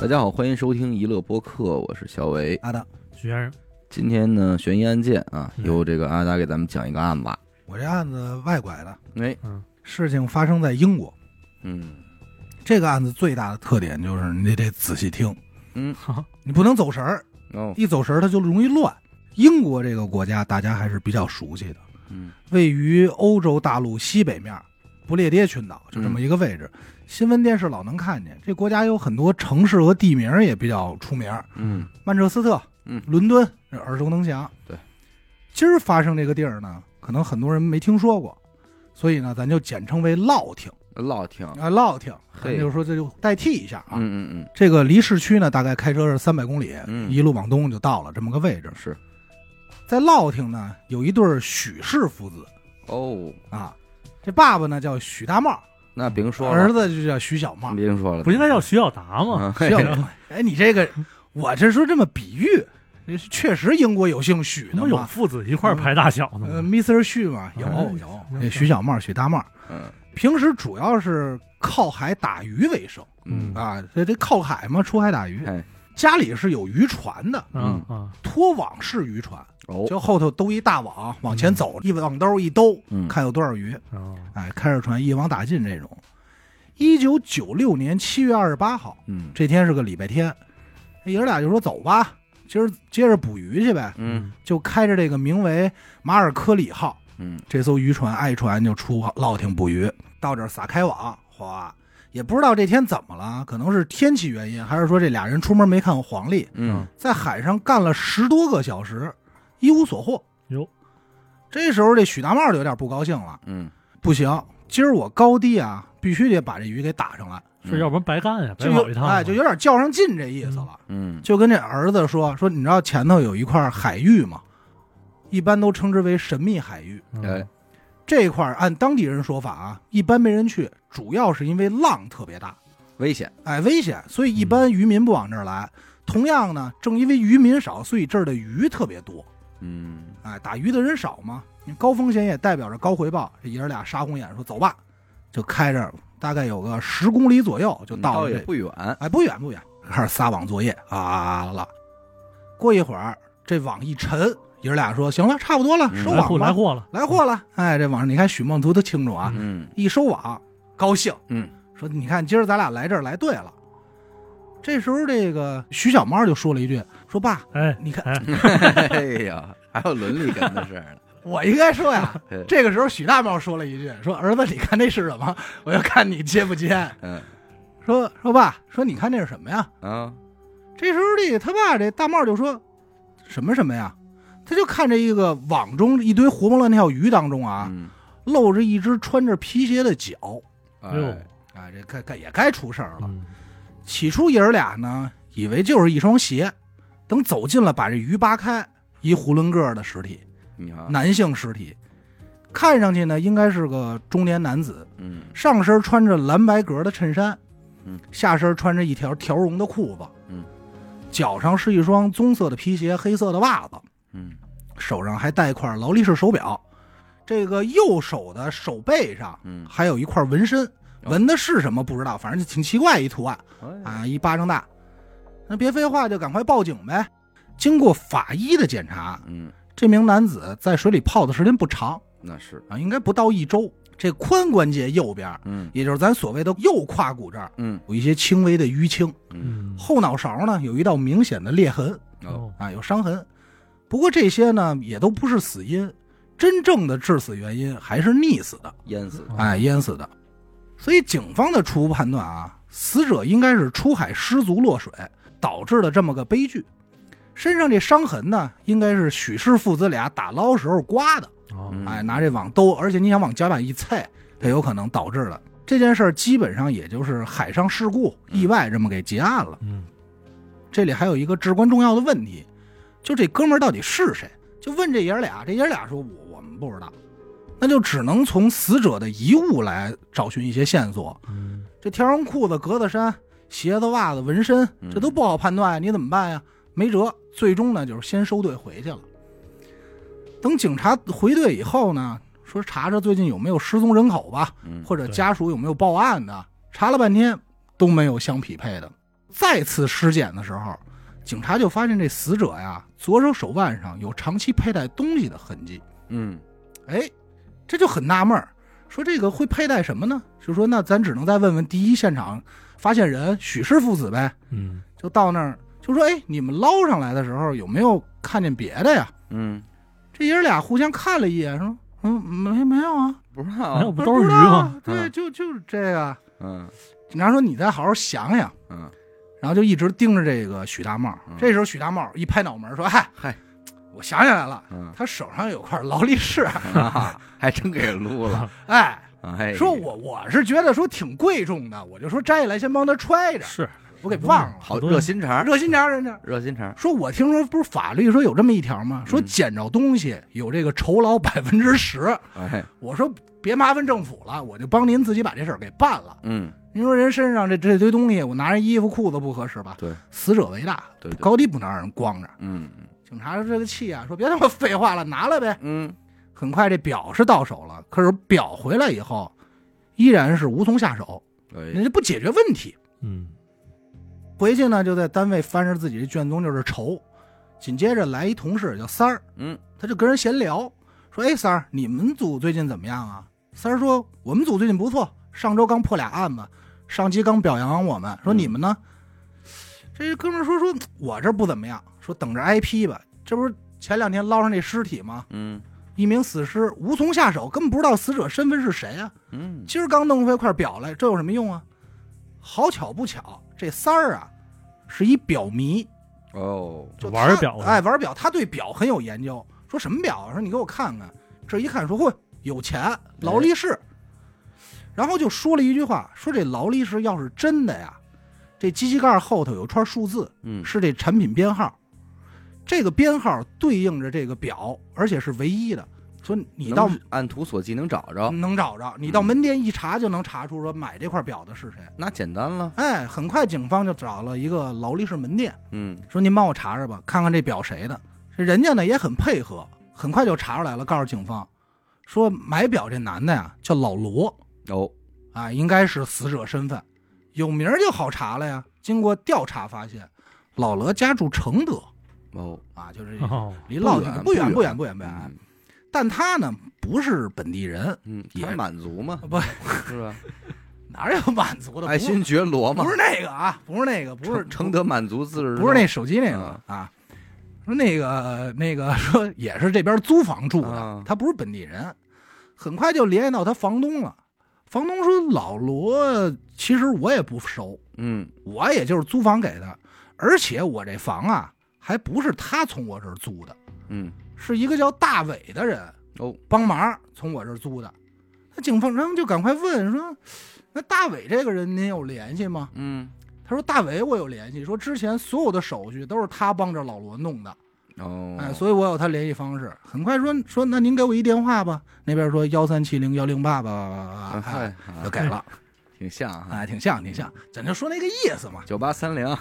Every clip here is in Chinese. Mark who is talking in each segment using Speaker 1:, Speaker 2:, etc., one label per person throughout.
Speaker 1: 大家好，欢迎收听娱乐播客，我是小维。
Speaker 2: 阿达，
Speaker 3: 许先生，
Speaker 1: 今天呢，悬疑案件啊，
Speaker 3: 嗯
Speaker 1: 由这个阿达给咱们讲一个案子。
Speaker 2: 我这案子外拐的
Speaker 1: 哎，
Speaker 2: 事情发生在英国。
Speaker 1: 嗯
Speaker 2: 这个案子最大的特点就是你得仔细听，
Speaker 1: 嗯，
Speaker 2: 你不能走神儿，
Speaker 1: 哦，
Speaker 2: 一走神儿它就容易乱。英国这个国家大家还是比较熟悉的，
Speaker 1: 嗯
Speaker 2: 位于欧洲大陆西北面，不列颠群岛就这
Speaker 1: 嗯
Speaker 2: 么一个位置。新闻电视老能看见，这国家有很多城市和地名也比较出名，
Speaker 1: 嗯
Speaker 2: 曼彻斯特、
Speaker 1: 嗯
Speaker 2: 伦敦耳熟能详。
Speaker 1: 对，
Speaker 2: 今儿发生这个地儿呢，可能很多人没听说过，所以呢，咱就简称为烙亭
Speaker 1: 老挺，
Speaker 2: 啊，烙亭，
Speaker 1: 嘿
Speaker 2: 咱就说这就代替一下啊。
Speaker 1: 嗯嗯
Speaker 2: 这个离市区呢，大概开车是三百公里，
Speaker 1: 嗯
Speaker 2: 一路往东就到了这么个位置
Speaker 1: 嗯，。是
Speaker 2: 在烙亭呢，有一对儿许氏父子
Speaker 1: 哦，
Speaker 2: 啊，这爸爸呢叫许大茂，
Speaker 1: 那别说
Speaker 2: 儿
Speaker 1: 了，
Speaker 2: 子就叫许小茂。
Speaker 1: 别说了，
Speaker 3: 不应该叫徐小达吗？
Speaker 1: 啊
Speaker 2: 许
Speaker 1: 嘿
Speaker 2: 小茂，哎，你这个，我这说这么比喻，确实英国有姓许
Speaker 3: 怎
Speaker 2: 的
Speaker 3: 么有
Speaker 2: 嘛。
Speaker 3: 父子一块儿排大小呢？
Speaker 2: 呃，Mr. 旭嘛，有
Speaker 3: 哎
Speaker 2: 有，
Speaker 3: 行
Speaker 2: 那徐小茂、许大茂，
Speaker 1: 嗯
Speaker 2: 平时主要是靠海打鱼为生
Speaker 1: 嗯
Speaker 2: 啊，这这靠海嘛，出海打鱼
Speaker 1: 哎。
Speaker 2: 家里是有渔船的，
Speaker 3: 嗯啊，
Speaker 2: 拖网式渔船，
Speaker 1: 哦，
Speaker 2: 就后头兜一大网，往前走，一网兜一兜，
Speaker 1: 嗯
Speaker 2: 看有多少鱼，
Speaker 3: 啊
Speaker 2: 哎，开着船一网打尽这种。一九九六年七月二十八号，
Speaker 1: 嗯
Speaker 2: 这天是个礼拜天，哎爷儿俩就说走吧，今儿接着捕鱼去呗，
Speaker 1: 嗯
Speaker 2: 就开着这个名为马尔科里号。
Speaker 1: 嗯
Speaker 2: 这艘渔船爱船就出落挺捕鱼，到这儿撒开网，哗，也不知道这天怎么了，可能是天气原因，还是说这俩人出门没看黄历，
Speaker 1: 嗯
Speaker 2: 在海上干了十多个小时，一无所获。
Speaker 3: 哟，
Speaker 2: 这时候这许大茂就有点不高兴了，
Speaker 1: 嗯，
Speaker 2: 不行，今儿我高低啊，必须得把这鱼给打上来，
Speaker 3: 是要不然白干呀，
Speaker 2: 嗯
Speaker 3: 白
Speaker 2: 就有
Speaker 3: 跑一趟嘛。
Speaker 2: 哎，就有点较上劲这意思了。
Speaker 1: 嗯
Speaker 2: 就跟这儿子说说，你知道前头有一块海域吗？一般都称之为神秘海域。
Speaker 3: 嗯
Speaker 1: 哎
Speaker 2: 这块儿按当地人说法啊，一般没人去，主要是因为浪特别大，
Speaker 1: 危险，
Speaker 2: 哎，危险，所以一般渔民不往这儿来。同样呢，正因为渔民少，所以这儿的鱼特别多，
Speaker 1: 嗯
Speaker 2: 哎，打鱼的人少嘛，你高风险也代表着高回报。这爷儿俩杀红眼说走吧，就开着大概有个十公里左右就到
Speaker 1: 倒
Speaker 2: 了
Speaker 1: 也
Speaker 2: 这，
Speaker 1: 不远，
Speaker 2: 哎，不远不远，开始撒网作业啊了。过一会儿这网一沉，爷儿俩说行了，差不多了，
Speaker 1: 嗯
Speaker 2: 收
Speaker 3: 来
Speaker 2: 网
Speaker 3: 货来
Speaker 2: 吧，
Speaker 3: 货了，
Speaker 2: 来货了。哎，这网上你看许梦图都清楚啊，
Speaker 1: 嗯
Speaker 2: 一收网，高兴，
Speaker 1: 嗯，
Speaker 2: 说你看今儿咱俩来这儿来对了。这时候，这个徐小猫就说了一句：“说爸，
Speaker 3: 哎，
Speaker 2: 你看
Speaker 3: 哎，
Speaker 1: 哎呀，还有伦理感的事儿呢，
Speaker 2: 我应该说 呀。
Speaker 1: 嘿”
Speaker 2: 这个时候，许大猫说了一句：“说儿子，你看那是什么？我要看你接不接。
Speaker 1: 嗯
Speaker 2: 说说爸，说你看那是什么呀
Speaker 1: 啊？”
Speaker 2: 这时候，这个他爸这大帽就说：“什么什么呀？”他就看这一个网中一堆活蹦乱跳鱼当中啊，
Speaker 1: 嗯
Speaker 2: 露着一只穿着皮鞋的脚。
Speaker 3: 哟
Speaker 1: 哎，
Speaker 2: 啊，这该该也该出事儿了。
Speaker 3: 嗯
Speaker 2: 起初爷儿俩呢，以为就是一双鞋，等走近了，把这鱼扒开，一囫囵个儿的尸体，
Speaker 1: 你看，
Speaker 2: 男性尸体，看上去呢应该是个中年男子，
Speaker 1: 嗯
Speaker 2: 上身穿着蓝白格的衬衫，
Speaker 1: 嗯，
Speaker 2: 下身穿着一条条绒的裤子，
Speaker 1: 嗯，
Speaker 2: 脚上是一双棕色的皮鞋，黑色的袜子，
Speaker 1: 嗯
Speaker 2: 手上还戴一块劳力士手表，这个右手的手背上
Speaker 1: 嗯，
Speaker 2: 还有一块纹身，纹的是什么不知道，反正就挺奇怪一图案。
Speaker 1: 哎
Speaker 2: 啊，一巴掌大。那别废话，就赶快报警呗。经过法医的检查，
Speaker 1: 嗯，
Speaker 2: 这名男子在水里泡的时间不长
Speaker 1: 那是，
Speaker 2: 啊，应该不到一周。这髋关节右边，
Speaker 1: 嗯
Speaker 2: 也就是咱所谓的右胯骨这儿，
Speaker 1: 嗯
Speaker 2: 有一些轻微的淤青，
Speaker 1: 嗯，
Speaker 3: 嗯，
Speaker 2: 后脑勺呢有一道明显的裂痕
Speaker 1: 哦，
Speaker 3: 哦，
Speaker 2: 啊，有伤痕。不过这些呢也都不是死因，真正的致死原因还是溺死的，
Speaker 1: 淹死，
Speaker 3: 哦
Speaker 2: 哎，淹死的。所以警方的初步判断啊，死者应该是出海失足落水导致的这么个悲剧。身上这伤痕呢，应该是许氏父子俩打捞时候刮的，
Speaker 3: 哦
Speaker 1: 嗯
Speaker 2: 哎，拿这网兜，而且你想往甲板一踩，它有可能导致的。这件事儿基本上也就是海上事故、
Speaker 1: 嗯
Speaker 2: 意外这么给结案了。
Speaker 3: 嗯，
Speaker 2: 这里还有一个至关重要的问题，就这哥们儿到底是谁？就问这爷儿俩，这爷儿俩说我我们不知道，那就只能从死者的遗物来找寻一些线索。
Speaker 3: 嗯
Speaker 2: 这条绒裤子、格子衫、鞋子、袜子、纹身，这都不好判断呀，你怎么办呀？没辙，最终呢就是先收队回去了。等警察回队以后呢，说查查最近有没有失踪人口吧，
Speaker 1: 嗯，
Speaker 2: 或者
Speaker 3: 对
Speaker 2: 家属有没有报案的，查了半天都没有相匹配的。再次尸检的时候，警察就发现这死者呀左手手腕上有长期佩戴东西的痕迹。
Speaker 1: 嗯
Speaker 2: 哎，这就很纳闷儿，说这个会佩戴什么呢？就说那咱只能再问问第一现场发现人许氏父子呗。
Speaker 3: 嗯
Speaker 2: 就到那儿就说，哎，你们捞上来的时候有没有看见别的呀？
Speaker 1: 嗯，
Speaker 2: 这爷儿俩互相看了一眼，说，嗯，没没有啊，
Speaker 1: 不知道
Speaker 3: 没有
Speaker 1: 啊，
Speaker 3: 不都
Speaker 2: 不
Speaker 3: 是鱼
Speaker 2: 知道
Speaker 3: 吗？
Speaker 2: 啊对，
Speaker 1: 嗯
Speaker 2: 就就是这个。
Speaker 1: 嗯
Speaker 2: 警察说你再好好想想，
Speaker 1: 嗯，
Speaker 2: 然后就一直盯着这个许大茂
Speaker 1: 嗯。
Speaker 2: 这时候许大茂一拍脑门儿说，嗨
Speaker 1: 嗨，
Speaker 2: 我想起来了，
Speaker 1: 嗯
Speaker 2: 他手上有块劳力士，
Speaker 1: 啊，还真给撸 了，
Speaker 2: 哎。
Speaker 1: 哎，
Speaker 2: 说我我是觉得说挺贵重的，我就说摘下来先帮他揣着，
Speaker 3: 是
Speaker 2: 我给忘了。
Speaker 1: 好热心肠，
Speaker 2: 热心肠人家
Speaker 1: 热心肠，
Speaker 2: 说，我听说不是法律说有这么一条吗？
Speaker 1: 嗯
Speaker 2: 说捡着东西有这个酬劳百分之十。
Speaker 1: 哎，
Speaker 2: 我说别麻烦政府了，我就帮您自己把这事儿给办了。
Speaker 1: 嗯，
Speaker 2: 您说人身上这这堆东西，我拿人衣服裤子不合适吧？
Speaker 1: 对，
Speaker 2: 死者为大，
Speaker 1: 对对，
Speaker 2: 高低不能让人光着。
Speaker 1: 嗯
Speaker 2: 警察这个气啊，说别他妈废话了，拿来呗。
Speaker 1: 嗯
Speaker 2: 很快这表是到手了，可是表回来以后，依然是无从下手，
Speaker 1: 嗯，
Speaker 2: 人家不解决问题。
Speaker 3: 嗯
Speaker 2: 回去呢，就在单位翻着自己的卷宗，就是愁。紧接着来一同事叫三儿，
Speaker 1: 嗯，
Speaker 2: 他就跟人闲聊，说：“哎，三儿，你们组最近怎么样啊？”三儿说：“我们组最近不错，上周刚破俩案子，上级刚表扬我们。说
Speaker 1: 嗯
Speaker 2: 你们呢？”这哥们儿说：“说我这不怎么样，说等着挨批吧。这不是前两天捞上那尸体吗？
Speaker 1: 嗯
Speaker 2: 一名死尸无从下手，根本不知道死者身份是谁啊。
Speaker 1: 嗯，
Speaker 2: 今儿刚弄回块表来，这有什么用啊？好巧不巧，这三儿啊，是一表迷，
Speaker 1: 哦，
Speaker 2: 就
Speaker 3: 玩
Speaker 2: 他
Speaker 3: 表的
Speaker 2: 哎，玩表，他对表很有研究。说什么表啊？说你给我看看。这一看说，嚯，有钱，劳力士。然后就说了一句话，说这劳力士要是真的呀，这机器盖后头有串数字，
Speaker 1: 嗯
Speaker 2: 是这产品编号，这个编号对应着这个表，而且是唯一的。说你嗯到
Speaker 1: 能按图索骥能找着，
Speaker 2: 能找着，你到门店一查就能查出说买这块表的是谁。
Speaker 1: 那简单了，
Speaker 2: 哎，很快警方就找了一个劳力士门店，
Speaker 1: 嗯
Speaker 2: 说您帮我查查吧，看看这表谁的。这人家呢也很配合，很快就查出来了，告诉警方说买表这男的呀叫老罗
Speaker 1: 哦，
Speaker 2: 啊，应该是死者身份，有名儿就好查了呀。经过调查发现，老罗家住承德
Speaker 1: 哦，
Speaker 2: 啊，就是
Speaker 3: 哦，
Speaker 2: 离老家
Speaker 1: 不
Speaker 2: 不
Speaker 1: 远
Speaker 2: 远
Speaker 1: 不
Speaker 2: 不
Speaker 1: 远
Speaker 2: 远不远不远。
Speaker 1: 嗯
Speaker 2: 但他呢不是本地人，
Speaker 1: 嗯，
Speaker 2: 也
Speaker 1: 他满族嘛，
Speaker 2: 不
Speaker 1: 是吧？
Speaker 2: 哪有 满族的？
Speaker 1: 爱
Speaker 2: 不是
Speaker 1: 新觉罗嘛
Speaker 2: 不，是那个啊，不是那个，不是
Speaker 1: 承承德满族自治，
Speaker 2: 不是那手机那个啊，说那个那个 说也是这边租房住
Speaker 1: 啊
Speaker 2: 的，他不是本地人，很快就联系到他房东了。房东说：“老罗，其实我也不熟，
Speaker 1: 嗯
Speaker 2: 我也就是租房给他，而且我这房啊还不是他从我这儿租的，
Speaker 1: 嗯，
Speaker 2: 是一个叫大伟的人
Speaker 1: 哦
Speaker 2: 帮忙从我这儿租的。”那警方然后就赶快问说：“那大伟这个人您有联系吗？”
Speaker 1: 嗯
Speaker 2: 他说大伟我有联系，说之前所有的手续都是他帮着老罗弄的，
Speaker 1: 哦，
Speaker 2: 哎，所以我有他联系方式。很快说说那您给我一电话吧，那边说幺三七零幺零八吧
Speaker 1: 啊
Speaker 2: 吧吧
Speaker 1: 嗨
Speaker 2: 吧，哎就
Speaker 1: 啊
Speaker 2: 给了，
Speaker 1: 挺像哈，
Speaker 2: 哎，挺像挺像，咱就说那个意思嘛。
Speaker 1: 九八三零，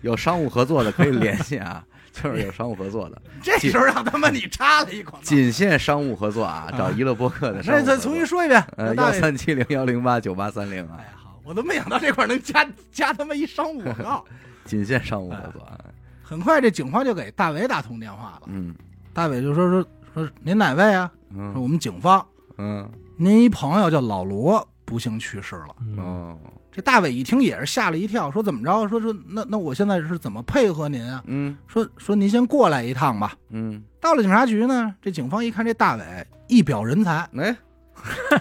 Speaker 1: 有商务合作的可以联系啊， 就是有商务合 作的，
Speaker 2: 这时候让他妈你插了一口，
Speaker 1: 仅限商务合作啊，找娱乐播客的商务
Speaker 2: 那
Speaker 1: 合作。
Speaker 2: 再重新说一遍，
Speaker 1: 呃，
Speaker 2: 大
Speaker 1: 幺
Speaker 2: 伟，
Speaker 1: 三七零幺零八九八三零
Speaker 2: 哎
Speaker 1: 啊，
Speaker 2: 呀，好，我都没想到这块能加加他妈一商务广告。
Speaker 1: 仅限商务合作啊。
Speaker 2: 哎很快这警方就给大伟打通电话了，
Speaker 1: 嗯
Speaker 2: 大伟就说说说您哪位啊？说
Speaker 1: 嗯
Speaker 2: 我们警方，
Speaker 1: 嗯
Speaker 2: 您一朋友叫老罗不幸去世了。
Speaker 3: 嗯
Speaker 1: 哦
Speaker 2: 这大伟一听也是吓了一跳，说怎么着？说说那那我现在是怎么配合您啊？
Speaker 1: 嗯
Speaker 2: 说说您先过来一趟吧。
Speaker 1: 嗯，，
Speaker 2: 到了警察局呢，这警方一看这大伟一表人才
Speaker 1: 哎，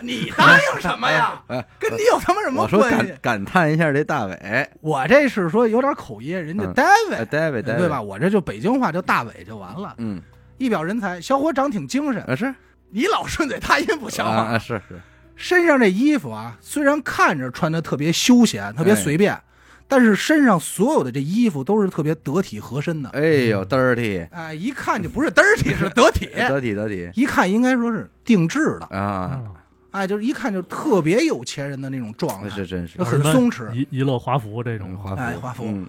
Speaker 2: 你答应什么 呀？
Speaker 1: 哎
Speaker 2: 跟你有他妈什么
Speaker 1: 我说
Speaker 2: 关系
Speaker 1: 感？感叹一下这大伟，
Speaker 2: 我这是说有点口音，人家
Speaker 1: 嗯
Speaker 2: David，、
Speaker 1: 哎，David，David
Speaker 2: 对吧？？我这就北京话叫大伟就完了，
Speaker 1: 嗯，
Speaker 2: 一表人才，小伙长挺精神。
Speaker 1: 啊是，
Speaker 2: 你老顺嘴他音不行
Speaker 1: 啊
Speaker 2: 吗？
Speaker 1: 啊是是，
Speaker 2: 身上这衣服啊，虽然看着穿的特别休闲、特别
Speaker 1: 哎
Speaker 2: 随便，但是身上所有的这衣服都是特别得体合身的。
Speaker 1: 哎呦，dirty，
Speaker 2: 哎，一看就不是 dirty，是得 体，
Speaker 1: 得体得体
Speaker 2: 一看应该说是定制的，
Speaker 1: 啊，
Speaker 3: 啊
Speaker 2: 哎，就是一看就特别有钱人的那种状
Speaker 1: 那
Speaker 2: 态
Speaker 1: 是，真是
Speaker 2: 就很松弛，
Speaker 3: 嗯一一乐华服这种
Speaker 1: 嗯华
Speaker 2: 哎
Speaker 1: 服，
Speaker 2: 华服
Speaker 1: 嗯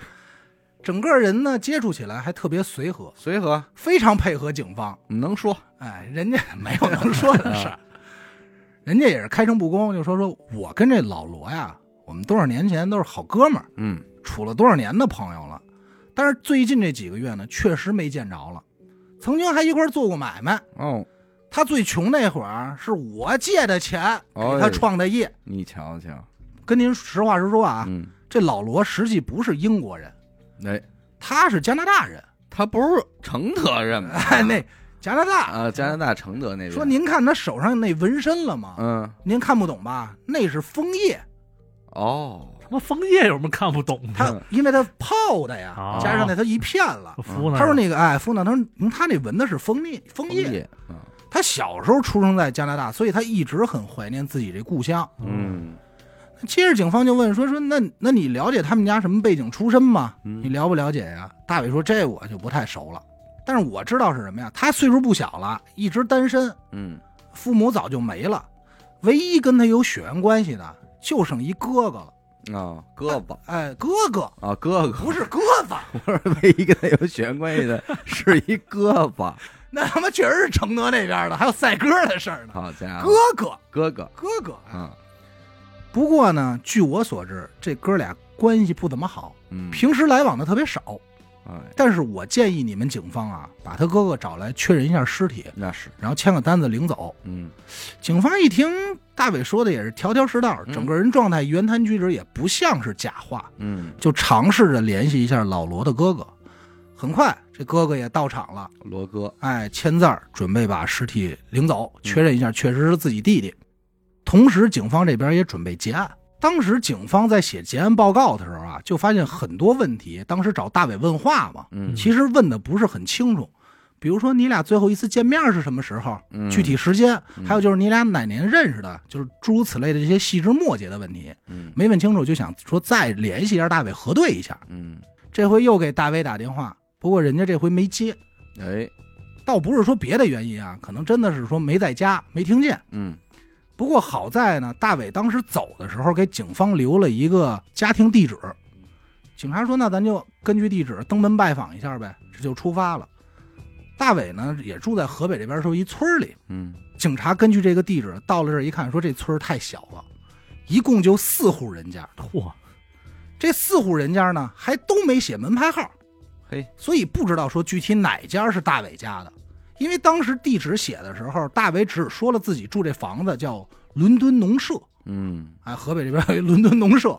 Speaker 2: 整个人呢接触起来还特别随和，
Speaker 1: 随和，
Speaker 2: 非常配合警方，
Speaker 1: 能说，
Speaker 2: 哎，人家没有能说的
Speaker 1: 啊
Speaker 2: 事儿，人家也是开诚布公，就说说我跟这老罗呀，我们多少年前都是好哥们儿，
Speaker 1: 嗯
Speaker 2: 处了多少年的朋友了，但是最近这几个月呢，确实没见着了。曾经还一块儿做过买卖，
Speaker 1: 哦，
Speaker 2: 他最穷那会儿是我借的钱给
Speaker 1: 哎
Speaker 2: 他创的业。
Speaker 1: 你瞧瞧，
Speaker 2: 跟您实话实说啊，
Speaker 1: 嗯，
Speaker 2: 这老罗实际不是英国人，
Speaker 1: 哎，
Speaker 2: 他是加拿大人。
Speaker 1: 他不是承德人 吗？
Speaker 2: 哎， 那加拿大
Speaker 1: 啊，加拿大承德那边
Speaker 2: 说，您看他手上那纹身了吗？
Speaker 1: 嗯，
Speaker 2: 您看不懂吧？那是枫叶，
Speaker 1: 哦，
Speaker 3: 他妈枫叶有什么看不懂的？
Speaker 2: 他
Speaker 1: 嗯
Speaker 2: 因为他泡的呀
Speaker 3: 啊，
Speaker 2: 加上那他一片了。
Speaker 3: 我服了。
Speaker 2: 他说那个哎，枫呢？他说嗯他那纹的是枫叶，枫叶。
Speaker 1: 叶，啊
Speaker 2: 他小时候出生在加拿大，所以他一直很怀念自己这故乡。
Speaker 1: 嗯
Speaker 2: 接着警方就问说说那那你了解他们家什么背景出身吗？你
Speaker 1: 嗯，
Speaker 2: 了不了解呀？大伟说这我就不太熟了，但是我知道是什么呀？他岁数不小了，一直单身，
Speaker 1: 嗯，
Speaker 2: 父母早就没了，唯一跟他有血缘关系的就剩一哥哥了。
Speaker 1: 啊，胳膊
Speaker 2: 哎，哥哥
Speaker 1: 啊，胳膊，
Speaker 2: 不是鸽子，
Speaker 1: 不是唯一跟他有血缘关系的是一胳膊，
Speaker 2: 那他妈确实是承德那边的，还有赛鸽的事儿呢。
Speaker 1: 好家
Speaker 2: 哥
Speaker 1: 伙，哥
Speaker 2: 哥，
Speaker 1: 哥，
Speaker 2: 哥哥。哎
Speaker 1: 啊，
Speaker 2: 不过呢，据我所知，这哥俩关系不怎么好，
Speaker 1: 嗯，
Speaker 2: 平时来往的特别少。
Speaker 1: 哎，
Speaker 2: 但是我建议你们警方啊，把他哥哥找来确认一下尸体，
Speaker 1: 那是，
Speaker 2: 然后签个单子领走。
Speaker 1: 嗯
Speaker 2: 警方一听大伟说的也是条条是道，
Speaker 1: 嗯
Speaker 2: 整个人状态、言谈举止也不像是假话，
Speaker 1: 嗯，
Speaker 2: 就尝试着联系一下老罗的哥哥。很快，这哥哥也到场了，
Speaker 1: 罗哥，
Speaker 2: 哎，签字儿，准备把尸体领走，确认
Speaker 1: 嗯
Speaker 2: 一下确实是自己弟弟。同时，警方这边也准备结案。当时警方在写结案报告的时候啊，就发现很多问题。当时找大伟问话嘛，
Speaker 1: 嗯，
Speaker 2: 其实问的不是很清楚，比如说你俩最后一次见面是什么时候，
Speaker 1: 嗯
Speaker 2: 具体时间，
Speaker 1: 嗯
Speaker 2: 还有就是你俩哪年认识的，就是诸如此类的这些细枝末节的问题，
Speaker 1: 嗯
Speaker 2: 没问清楚就想说再联系一下大伟核对一下。
Speaker 1: 嗯，
Speaker 2: 这回又给大伟打电话，不过人家这回没接，
Speaker 1: 哎，
Speaker 2: 倒不是说别的原因啊，可能真的是说没在家，没听见。
Speaker 1: 嗯
Speaker 2: 不过好在呢，大伟当时走的时候给警方留了一个家庭地址，警察说那咱就根据地址登门拜访一下呗，这就出发了。大伟呢也住在河北这边时候一村儿里，
Speaker 1: 嗯，
Speaker 2: 警察根据这个地址到了这儿一看，说这村儿太小了，一共就四户人家，
Speaker 3: 嚯，
Speaker 2: 这四户人家呢还都没写门牌号，
Speaker 1: 嘿，
Speaker 2: 所以不知道说具体哪家是大伟家的，因为当时地址写的时候，大伟只说了自己住这房子叫伦敦农舍，
Speaker 1: 嗯
Speaker 2: 啊，河北这边有一伦敦农舍，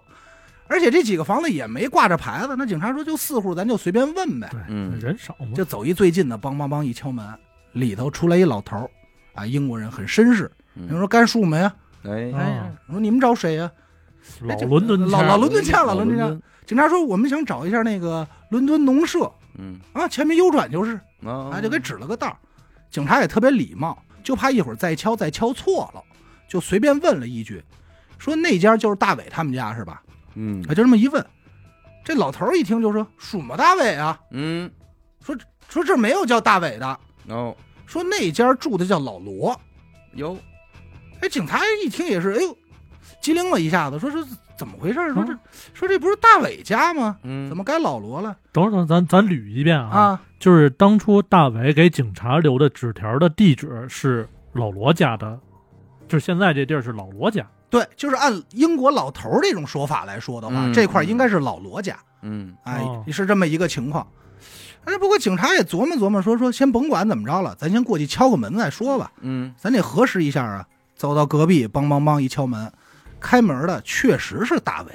Speaker 2: 而且这几个房子也没挂着牌子，那警察说就四户，咱就随便问呗，
Speaker 3: 对，
Speaker 1: 嗯
Speaker 3: 人少嘛，
Speaker 2: 就走一最近的，梆梆梆一敲门，里头出来一老头儿，啊，英国人很绅士，
Speaker 1: 嗯，
Speaker 2: 人说干树梅啊，
Speaker 1: 哎，
Speaker 3: 啊
Speaker 2: 哎呀，我说你们找谁啊呀、
Speaker 3: 老伦敦
Speaker 2: 哎老
Speaker 3: 腔
Speaker 2: 老伦敦腔，老伦敦
Speaker 1: 老
Speaker 2: 腔。警察说我们想找一下那个伦敦农舍
Speaker 1: 嗯，
Speaker 2: 啊，前面右转就是，
Speaker 1: 啊
Speaker 2: 啊，就给指了个道儿。警察也特别礼貌，就怕一会儿再敲再敲错了，就随便问了一句，说那家就是大伟他们家是吧？
Speaker 1: 嗯
Speaker 2: 啊，就这么一问，这老头儿一听就说什么大伟啊，
Speaker 1: 嗯，
Speaker 2: 说这没有叫大伟的，
Speaker 1: 哦
Speaker 2: 说那家住的叫老罗。
Speaker 1: 哟，
Speaker 2: 哎，警察一听也是，哎呦，机灵了一下子，说说怎么回事儿？说这、
Speaker 3: 啊
Speaker 2: 说这不是大伟家吗？
Speaker 1: 嗯，
Speaker 2: 怎么该老罗了？
Speaker 3: 等会儿等会儿咱咱捋一遍啊，
Speaker 2: 啊，
Speaker 3: 就是当初大伟给警察留的纸条的地址是老罗家的，就是现在这地儿是老罗家。
Speaker 2: 对，就是按英国老头儿这种说法来说的话，
Speaker 1: 嗯
Speaker 2: 这块儿应该是老罗家，
Speaker 1: 嗯
Speaker 2: 哎，
Speaker 3: 哦
Speaker 2: 是这么一个情况。哎，不过警察也琢磨琢磨说，说先甭管怎么着了，咱先过去敲个门再说吧，
Speaker 1: 嗯
Speaker 2: 咱得核实一下啊。走到隔壁，梆梆梆一敲门，开门的确实是大伟，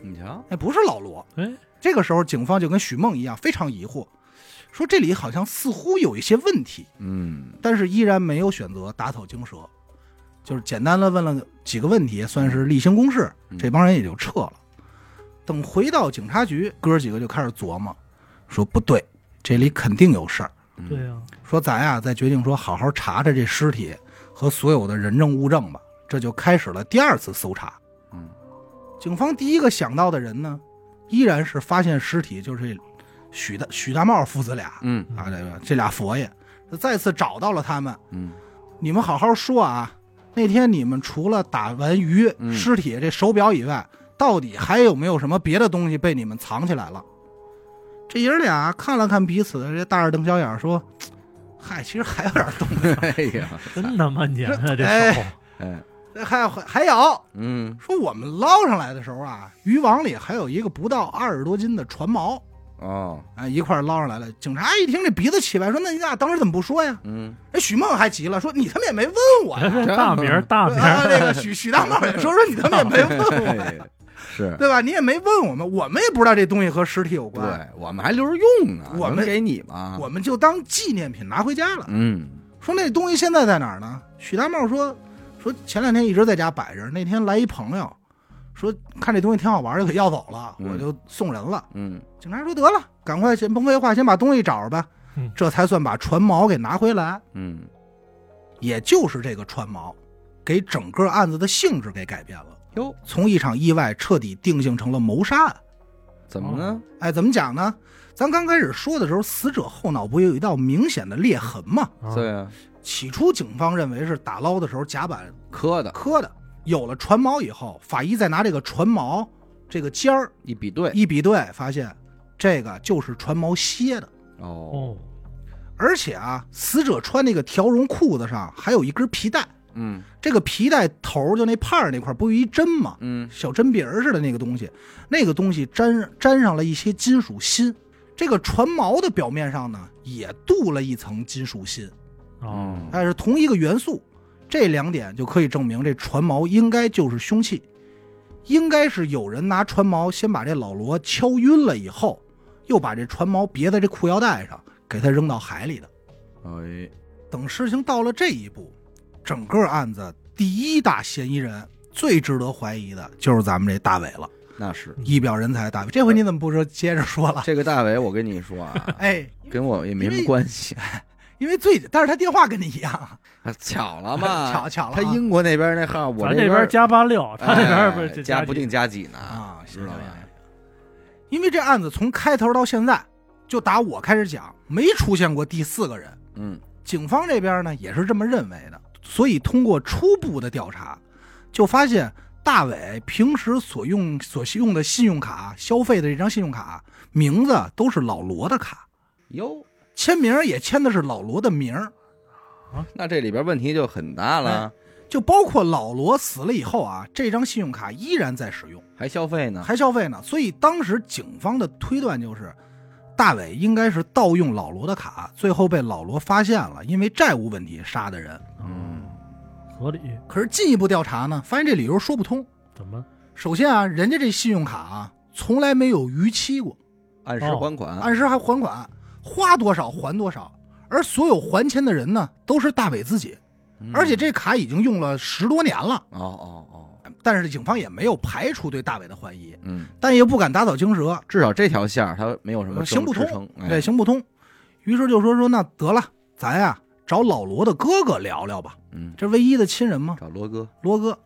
Speaker 1: 你瞧，
Speaker 2: 哎，不是老罗。
Speaker 3: 哎，
Speaker 2: 这个时候，警方就跟许梦一样，非常疑惑，说这里好像似乎有一些问题，
Speaker 1: 嗯
Speaker 2: 但是依然没有选择打草惊蛇，就是简单的问了几个问题，算是例行公事
Speaker 1: 嗯。
Speaker 2: 这帮人也就撤了。等回到警察局，哥几个就开始琢磨，说不对，这里肯定有事儿。
Speaker 1: 嗯
Speaker 3: 对呀、
Speaker 2: 说咱呀、再决定说好好查查这尸体和所有的人证物证吧。这就开始了第二次搜查。
Speaker 1: 嗯，
Speaker 2: 警方第一个想到的人呢，依然是发现尸体就是许大许大茂父子俩
Speaker 1: 嗯
Speaker 2: 啊，这个这俩佛爷再次找到了他们。
Speaker 1: 嗯
Speaker 2: 你们好好说啊，那天你们除了打完鱼、
Speaker 1: 嗯
Speaker 2: 尸体这手表以外，到底还有没有什么别的东西被你们藏起来了？这爷儿俩看了看彼此，这大眼瞪小眼说：“嗨，其实还有点东西。
Speaker 1: 哎呀，
Speaker 3: 真他妈黏啊这
Speaker 2: 哎
Speaker 3: 手，
Speaker 1: 哎，
Speaker 2: 还还还有
Speaker 1: 嗯
Speaker 2: 说我们捞上来的时候啊，渔网里还有一个不到二十多斤的船锚，
Speaker 1: 哦
Speaker 2: 哎，一块儿捞上来了。警察一听这鼻子起来，说：“那你俩当时怎么不说呀
Speaker 1: 嗯？”
Speaker 2: 哎，许梦还急了，说：“你他妈也没问我呀！”
Speaker 3: 这大名儿大名
Speaker 2: 啊，
Speaker 3: 儿，
Speaker 2: 那个许许大茂也说说你他妈也没问我呀，
Speaker 1: 嘿哎是
Speaker 2: 对吧？你也没问我们，我们也不知道这东西和尸体有
Speaker 1: 对
Speaker 2: 关，，
Speaker 1: 我们还留着用呢，
Speaker 2: 我们
Speaker 1: 能给你吗？
Speaker 2: 我们就当纪念品拿回家了。
Speaker 1: 嗯
Speaker 2: 说那东西现在在哪儿呢？许大茂说说前两天一直在家摆着，那天来一朋友，说看这东西挺好玩，就给要走了，
Speaker 1: 嗯
Speaker 2: 我就送人了。
Speaker 1: 嗯
Speaker 2: 警察说得了，赶快先甭废话，先把东西找着吧
Speaker 3: 嗯。
Speaker 2: 这才算把船锚给拿回来，
Speaker 1: 嗯
Speaker 2: 也就是这个船锚，给整个案子的性质给改变了，
Speaker 1: 哟，
Speaker 2: 从一场意外彻底定性成了谋杀案。
Speaker 1: 怎么呢？
Speaker 2: 哎，怎么讲呢？咱刚开始说的时候，死者后脑部有一道明显的裂痕嘛。
Speaker 3: 啊
Speaker 1: 对啊，
Speaker 2: 起初警方认为是打捞的时候甲板
Speaker 1: 磕的
Speaker 2: 磕的，有了船锚以后，法医再拿这个船锚这个尖儿
Speaker 1: 一比对
Speaker 2: 一比对，发现这个就是船锚楔的。
Speaker 1: 哦，
Speaker 3: 哦，
Speaker 2: 而且啊，死者穿那个条绒裤子上还有一根皮带，
Speaker 1: 嗯
Speaker 2: 这个皮带头儿就那帕儿那块儿不有一针吗？
Speaker 1: 嗯
Speaker 2: 小针鼻儿似的那个东西，那个东西沾沾上了一些金属锌。这个船锚的表面上呢，也镀了一层金属锌，
Speaker 1: 嗯
Speaker 3: 哦，
Speaker 2: 但是同一个元素，这两点就可以证明这船锚应该就是凶器，应该是有人拿船锚先把这老罗敲晕了以后，又把这船锚别在这裤腰带上，给他扔到海里的。
Speaker 1: 哎
Speaker 2: 等事情到了这一步，整个案子第一大嫌疑人、最值得怀疑的就是咱们这大伟了，
Speaker 1: 那是
Speaker 2: 一表人才的大伟。这回你怎么不说接着 说了？，
Speaker 1: 这个大伟，我跟你说啊
Speaker 2: 哎，
Speaker 1: 跟我也没什么关系，
Speaker 2: 因为最，但是他电话跟你一样啊，
Speaker 1: 巧了嘛，
Speaker 2: 巧巧了啊
Speaker 1: 他英国那边那号，我
Speaker 3: 咱
Speaker 1: 这
Speaker 3: 边加八六，他那边不
Speaker 1: 哎
Speaker 3: 是
Speaker 1: 加不
Speaker 3: 几
Speaker 1: 定加几呢
Speaker 2: 啊，
Speaker 1: 知道
Speaker 2: 行行
Speaker 1: 吧
Speaker 2: 行？因为这案子从开头到现在，就打我开始讲，没出现过第四个人。
Speaker 1: 嗯
Speaker 2: 警方这边呢也是这么认为的，所以通过初步的调查，就发现大伟平时所用所用的信用卡消费的这张信用卡名字都是老罗的卡，
Speaker 1: 哟，
Speaker 2: 签名也签的是老罗的名儿，
Speaker 1: 那这里边问题就很大
Speaker 2: 哎
Speaker 1: 了，
Speaker 2: 就包括老罗死了以后啊，这张信用卡依然在使用，
Speaker 1: 还消费呢？
Speaker 2: 还消费呢。所以当时警方的推断就是，大伟应该是盗用老罗的卡，最后被老罗发现了，因为债务问题杀的人。
Speaker 1: 嗯
Speaker 3: 啊合理，
Speaker 2: 可是进一步调查呢，发现这理由说不通。
Speaker 3: 怎么
Speaker 2: 首先啊，人家这信用卡啊，从来没有逾期过，
Speaker 1: 按时
Speaker 3: 哦
Speaker 1: 还款，
Speaker 2: 按时还还款，花多少还多少。而所有还钱的人呢，都是大伟自己，
Speaker 1: 嗯
Speaker 2: 而且这卡已经用了十多年了。
Speaker 1: 哦哦哦，
Speaker 2: 但是警方也没有排除对大伟的怀疑，
Speaker 1: 嗯，
Speaker 2: 但也不敢打草惊蛇，呃
Speaker 1: 至少这条线儿它没有什么
Speaker 2: 行不
Speaker 1: 支
Speaker 2: 通
Speaker 1: 撑，哎
Speaker 2: 这行不通。于是就说说那得了，咱呀、找老罗的哥哥聊聊吧，
Speaker 1: 嗯，
Speaker 2: 这唯一的亲人嘛，
Speaker 1: 找罗哥，
Speaker 2: 罗哥。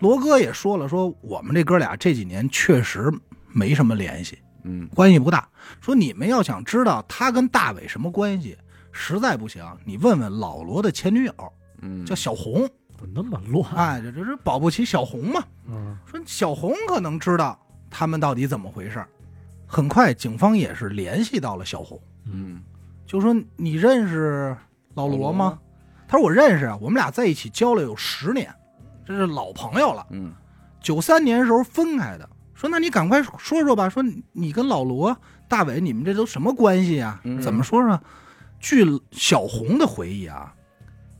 Speaker 2: 罗哥也说了，说我们这哥俩这几年确实没什么联系，
Speaker 1: 嗯
Speaker 2: 关系不大。说你们要想知道他跟大伟什么关系，实在不行，你问问老罗的前女友
Speaker 1: 嗯，
Speaker 2: 叫小红，
Speaker 3: 怎么那么
Speaker 1: 啊
Speaker 3: 乱？
Speaker 2: 哎，这这是保不齐小红嘛。
Speaker 3: 嗯，
Speaker 2: 说小红可能知道他们到底怎么回事儿。很快，警方也是联系到了小红，
Speaker 1: 嗯
Speaker 2: 就说你认识老
Speaker 1: 老
Speaker 2: 罗
Speaker 1: 罗
Speaker 2: 吗
Speaker 1: 吗？
Speaker 2: 他说我认识啊，我们俩在一起交了有十年，这是老朋友了。
Speaker 1: 嗯
Speaker 2: 九三年时候分开的。说那你赶快说说吧，说你你跟老罗、大伟你们这都什么关系啊？
Speaker 1: 嗯
Speaker 2: 怎么说呢？据小红的回忆啊，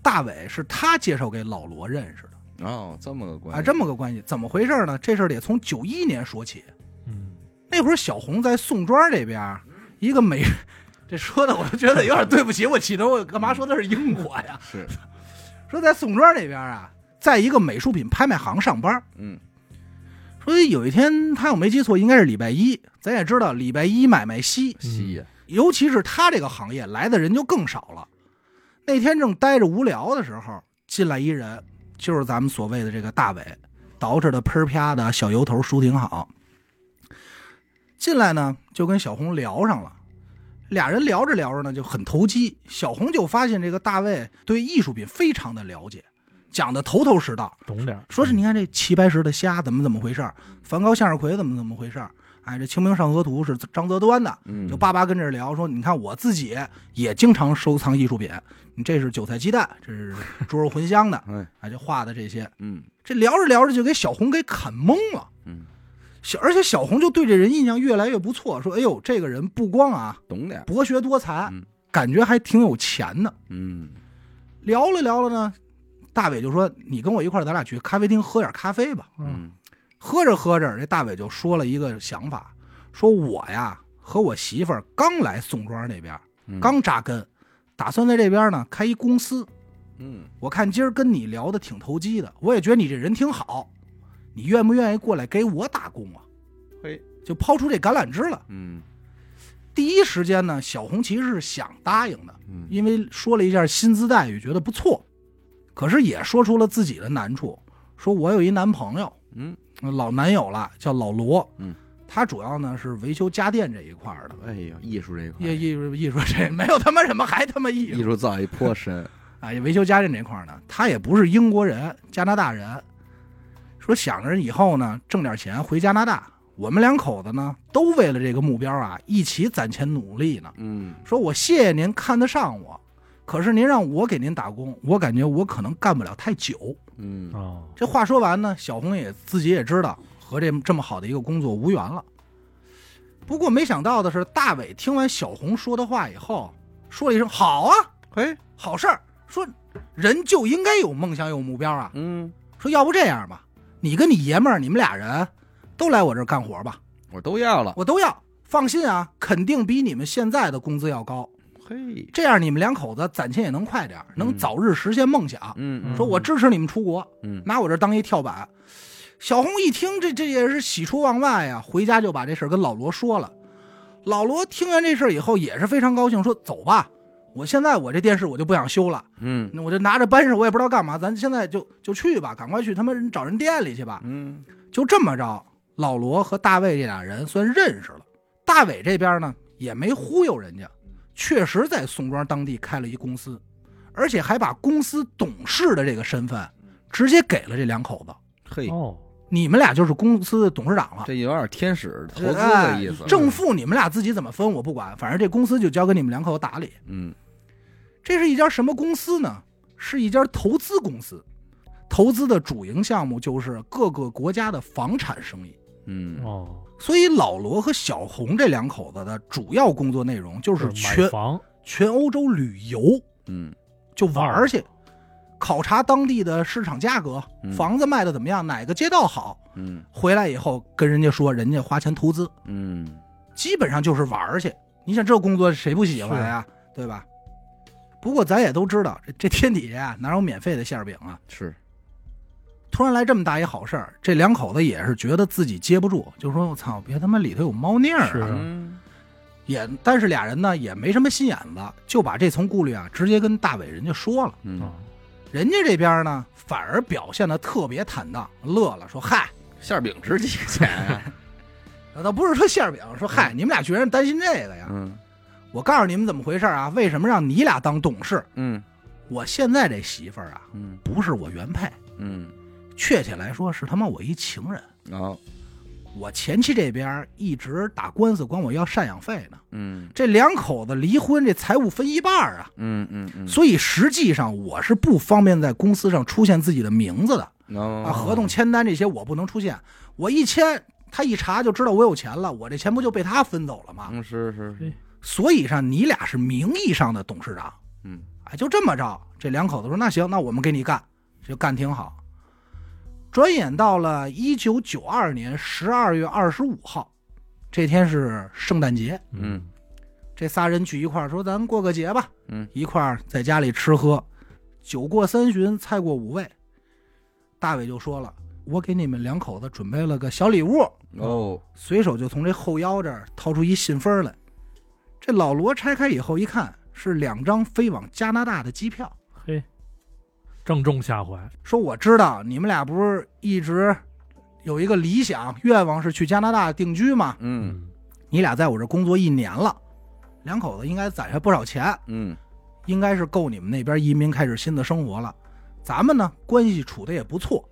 Speaker 2: 大伟是他介绍给老罗认识的
Speaker 1: 哦，这么个关
Speaker 2: 啊，
Speaker 1: 系，
Speaker 2: 这么个关系。怎么回事呢？这事儿得从九一年说起。
Speaker 3: 嗯，
Speaker 2: 那会儿小红在宋庄这边，一个美，这说的我都觉得有点对不起我启东，我干嘛说他是英国呀？
Speaker 1: 是，
Speaker 2: 说在宋庄这边啊，在一个美术品拍卖行上班，
Speaker 1: 嗯
Speaker 2: 说有一天他我没记错，应该是礼拜一，咱也知道礼拜一买卖稀，
Speaker 1: 西呀，
Speaker 2: 尤其是他这个行业来的人就更少了。那天正待着无聊的时候，进来一人，就是咱们所谓的这个大伟，捯饬的喷儿啪的小油头梳挺好。进来呢，就跟小红聊上了，俩人聊着聊着呢，就很投机。小红就发现这个大卫对艺术品非常的了解，讲的头头是道。
Speaker 3: 懂点儿
Speaker 2: 说是你看这齐白石的虾怎么怎么回事儿，梵高向日葵怎么怎么回事儿哎，这《清明上河图》是张择端的，
Speaker 1: 嗯，，
Speaker 2: 就爸爸跟这儿聊说，你看我自己也经常收藏艺术品，你这是韭菜鸡蛋，这是猪肉茴香的
Speaker 1: 哎，
Speaker 2: 哎，就画的这些。
Speaker 1: 嗯
Speaker 2: 这聊着聊着就给小红给砍懵了，
Speaker 1: 嗯，
Speaker 2: 小而且小红就对这人印象越来越不错，说哎呦，这个人不光啊
Speaker 1: 懂点儿，
Speaker 2: 博学多才
Speaker 1: 嗯，
Speaker 2: 感觉还挺有钱的。
Speaker 1: 嗯
Speaker 2: 聊了聊了呢，大伟就说你跟我一块儿，咱俩去咖啡厅喝点咖啡吧。
Speaker 3: 嗯
Speaker 1: 嗯
Speaker 2: 喝着喝着，这大伟就说了一个想法，说我呀和我媳妇儿刚来宋庄那边。
Speaker 1: 嗯，
Speaker 2: 刚扎根，打算在这边呢开一公司。
Speaker 1: 嗯
Speaker 2: 我看今儿跟你聊的挺投机的，我也觉得你这人挺好，你愿不愿意过来给我打工啊？
Speaker 1: 嘿，
Speaker 2: 就抛出这橄榄枝了。
Speaker 1: 嗯
Speaker 2: 第一时间呢，小红其实是想答应的，
Speaker 1: 嗯
Speaker 2: 因为说了一下薪资待遇，觉得不错，可是也说出了自己的难处，说我有一男朋友，
Speaker 1: 嗯，
Speaker 2: 老男友了，叫老罗，
Speaker 1: 嗯，
Speaker 2: 他主要呢是维修家电这一块儿的，
Speaker 1: 哎呦，艺术这一块
Speaker 2: 艺，艺术艺术这没有他妈什么，还他妈艺术
Speaker 1: 艺，术造诣颇深，
Speaker 2: 啊，也维修家电这块儿呢，他也不是英国人，加拿大人，说想着以后呢挣点钱回加拿大。我们两口子呢，都为了这个目标啊，一起攒钱努力呢。
Speaker 1: 嗯
Speaker 2: 说我谢谢您看得上我，可是您让我给您打工，我感觉我可能干不了太久。
Speaker 1: 嗯
Speaker 3: 哦，
Speaker 2: 这话说完呢，小红也自己也知道和这这么好的一个工作无缘了。不过没想到的是，大伟听完小红说的话以后，说了一声“好啊”，
Speaker 1: 嘿，
Speaker 2: 好事儿，说人就应该有梦想有目标啊。
Speaker 1: 嗯，
Speaker 2: 说要不这样吧，你跟你爷们儿，你们俩人都来我这儿干活吧，
Speaker 1: 我都要了，
Speaker 2: 我都要。放心啊，肯定比你们现在的工资要高。
Speaker 1: 嘿，
Speaker 2: 这样你们两口子攒钱也能快点儿，能
Speaker 1: 嗯
Speaker 2: 早日实现梦想。
Speaker 1: 嗯嗯
Speaker 2: 说我支持你们出国，
Speaker 1: 嗯
Speaker 2: 拿我这当一跳板。小红一听，这这也是喜出望外呀、回家就把这事儿跟老罗说了。老罗听完这事儿以后也是非常高兴，说走吧，我现在我这电视我就不想修了。
Speaker 1: 嗯
Speaker 2: 那我就拿着扳手，我也不知道干嘛，咱现在就就去吧，赶快去他妈人找人店里去吧。
Speaker 1: 嗯
Speaker 2: 就这么着，老罗和大卫这俩人算认识了。大伟这边呢也没忽悠人家，确实在宋庄当地开了一公司，而且还把公司董事的这个身份直接给了这两口子。
Speaker 1: 嘿，
Speaker 3: 哦，
Speaker 2: 你们俩就是公司的董事长了，
Speaker 1: 这有点天使投资的意思嗯
Speaker 2: 哎，正负你们俩自己怎么分我不管，反正这公司就交给你们两口子打理。
Speaker 1: 嗯
Speaker 2: 这是一家什么公司呢？是一家投资公司，投资的主营项目就是各个国家的房产生意。
Speaker 1: 嗯
Speaker 3: 哦，
Speaker 2: 所以老罗和小红这两口子的主要工作内容就是
Speaker 3: 就是买
Speaker 2: 全
Speaker 3: 房，
Speaker 2: 全欧洲旅游，
Speaker 1: 嗯
Speaker 2: 就玩儿去，考察当地的市场价格，
Speaker 1: 嗯
Speaker 2: 房子卖的怎么样，哪个街道好，
Speaker 1: 嗯
Speaker 2: 回来以后跟人家说人家花钱投资，
Speaker 1: 嗯
Speaker 2: 基本上就是玩儿去。你想这工作谁不喜欢呀、对吧？不过咱也都知道，这这天底下啊哪有免费的馅儿饼啊？
Speaker 1: 是，
Speaker 2: 突然来这么大一好事儿，这两口子也是觉得自己接不住，就说：“我操，别他妈里头有猫腻儿、啊。
Speaker 3: 是啊
Speaker 1: 嗯
Speaker 2: 也，但是俩人呢也没什么心眼子，就把这层顾虑啊直接跟大伟人家说了。
Speaker 1: 嗯
Speaker 3: 哦，
Speaker 2: 人家这边呢反而表现的特别坦荡，乐了，说：“嗨，呃
Speaker 1: 馅饼值几个钱啊？
Speaker 2: 倒不是说馅儿饼，说嗨，你们俩居然担心这个呀？
Speaker 1: 嗯
Speaker 2: 我告诉你们怎么回事啊？为什么让你俩当董事？
Speaker 1: 嗯
Speaker 2: 我现在这媳妇儿啊，
Speaker 1: 嗯
Speaker 2: 不是我原配，
Speaker 1: 嗯，
Speaker 2: 确切来说是他妈我一情人。
Speaker 1: 然后
Speaker 2: 我前妻这边一直打官司管我要赡养费呢。”
Speaker 1: 嗯
Speaker 2: 这两口子离婚，这财务分一半儿啊，
Speaker 1: 嗯嗯嗯，
Speaker 2: 所以实际上我是不方便在公司上出现自己的名字的
Speaker 1: 然后
Speaker 2: 啊，合同签单这些我不能出现，我一签。他一查就知道我有钱了，我这钱不就被他分走了吗？
Speaker 1: 嗯是是是，
Speaker 2: 所以上你俩是名义上的董事长，
Speaker 1: 嗯
Speaker 2: 哎，就这么着。这两口子说那行，那我们给你干，就干挺好。转眼到了一九九二年十二月二十五号，这天是圣诞节，
Speaker 1: 嗯
Speaker 2: 这仨人聚一块儿说：“咱过个节吧。”
Speaker 1: 嗯
Speaker 2: 一块儿在家里吃喝，酒过三巡，菜过五味。大伟就说了：“我给你们两口子准备了个小礼物。
Speaker 1: 哦”
Speaker 2: 随手就从这后腰这儿掏出一信封来。这老罗拆开以后一看，是两张飞往加拿大的机票。
Speaker 3: 嘿，正中下怀，
Speaker 2: 说：“我知道你们俩不是一直有一个理想愿望是去加拿大定居吗？
Speaker 1: 嗯
Speaker 2: 你俩在我这工作一年了，两口子应该攒下不少钱。”
Speaker 1: 嗯
Speaker 2: 应该是够你们那边移民开始新的生活了。咱们呢，关系处的也不错。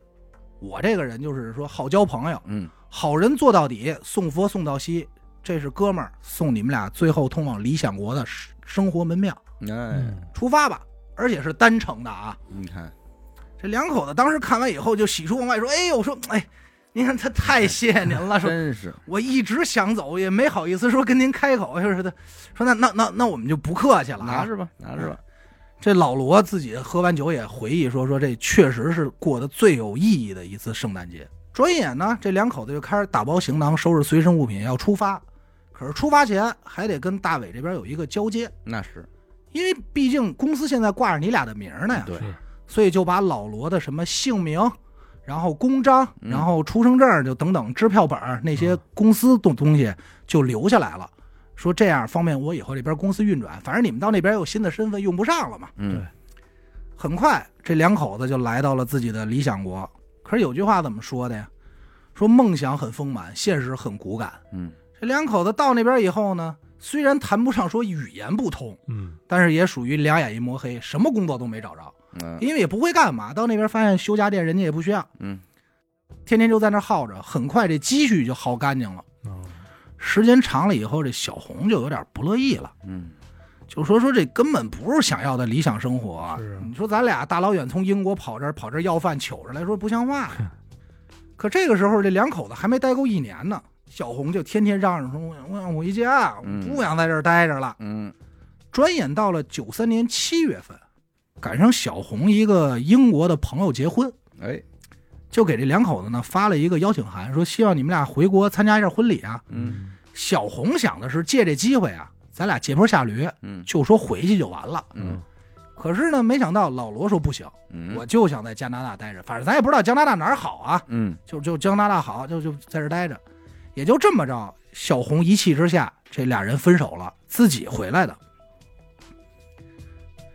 Speaker 2: 我这个人就是说好交朋友，
Speaker 1: 嗯
Speaker 2: 好人做到底，送佛送到西，这是哥们儿送你们俩最后通往理想国的生生活门票，
Speaker 1: 哎，
Speaker 3: 嗯
Speaker 2: 出发吧！而且是单程的啊。
Speaker 1: 你看，
Speaker 2: 这两口子当时看完以后就喜出望外，说：“哎呦，说哎，您看他太谢谢您了，说
Speaker 1: 真是，
Speaker 2: 我一直想走，也没好意思说跟您开口，就是的，说那那那那我们就不客气了
Speaker 1: 拿
Speaker 2: 啊。
Speaker 1: 着吧，拿着吧，
Speaker 2: 这老罗自己喝完酒也回忆说说这确实是过得最有意义的一次圣诞节。转眼呢，这两口子就开始打包行囊，收拾随身物品要出发。可是出发前还得跟大伟这边有一个交接，
Speaker 1: 那是，
Speaker 2: 因为毕竟公司现在挂着你俩的名儿呢呀，
Speaker 1: 对，
Speaker 3: 是
Speaker 2: 所以就把老罗的什么姓名。然后公章，
Speaker 1: 嗯
Speaker 2: 然后出生证就等等支票本儿那些公司的东西就留下来了，说这样方便我以后这边公司运转。反正你们到那边有新的身份用不上了嘛。
Speaker 1: 嗯，
Speaker 2: 很快，这两口子就来到了自己的理想国。可是有句话怎么说的呀？说梦想很丰满，现实很骨感。
Speaker 1: 嗯，
Speaker 2: 这两口子到那边以后呢，虽然谈不上说语言不通，
Speaker 3: 嗯，
Speaker 2: 但是也属于两眼一抹黑，什么工作都没找着，
Speaker 1: 嗯，
Speaker 2: 因为也不会干嘛。到那边发现修家电人家也不需要，
Speaker 1: 嗯，
Speaker 2: 天天就在那儿耗着。很快这积蓄就耗干净了。
Speaker 3: 哦
Speaker 2: 时间长了以后，这小红就有点不乐意了。
Speaker 1: 嗯，
Speaker 2: 就说说这根本不是想要的理想生活、啊
Speaker 3: 是啊
Speaker 2: 你说咱俩大老远从英国跑这儿跑这儿要饭，糗着来说不像话 呀。可这个时候，这两口子还没待够一年呢，小红就天天嚷嚷说：“我我想回家，我
Speaker 1: 嗯
Speaker 2: 不想在这儿待着了。
Speaker 1: 嗯，
Speaker 2: 转眼到了九三年七月份，赶上小红一个英国的朋友结婚，
Speaker 1: 哎，
Speaker 2: 就给这两口子呢发了一个邀请函，说希望你们俩回国参加一下婚礼啊。
Speaker 1: 嗯，
Speaker 2: 小红想的是借这机会啊，咱俩结坡下驴，
Speaker 1: 嗯，
Speaker 2: 就说回去就完了。
Speaker 1: 嗯，
Speaker 2: 可是呢，没想到老罗说不行，
Speaker 1: 嗯，
Speaker 2: 我，就想在加拿大待着，反正咱也不知道加拿大哪儿好啊，
Speaker 1: 嗯，
Speaker 2: 就就加拿大好，就就在这儿待着，也就这么着。小红一气之下，这俩人分手了，自己回来的。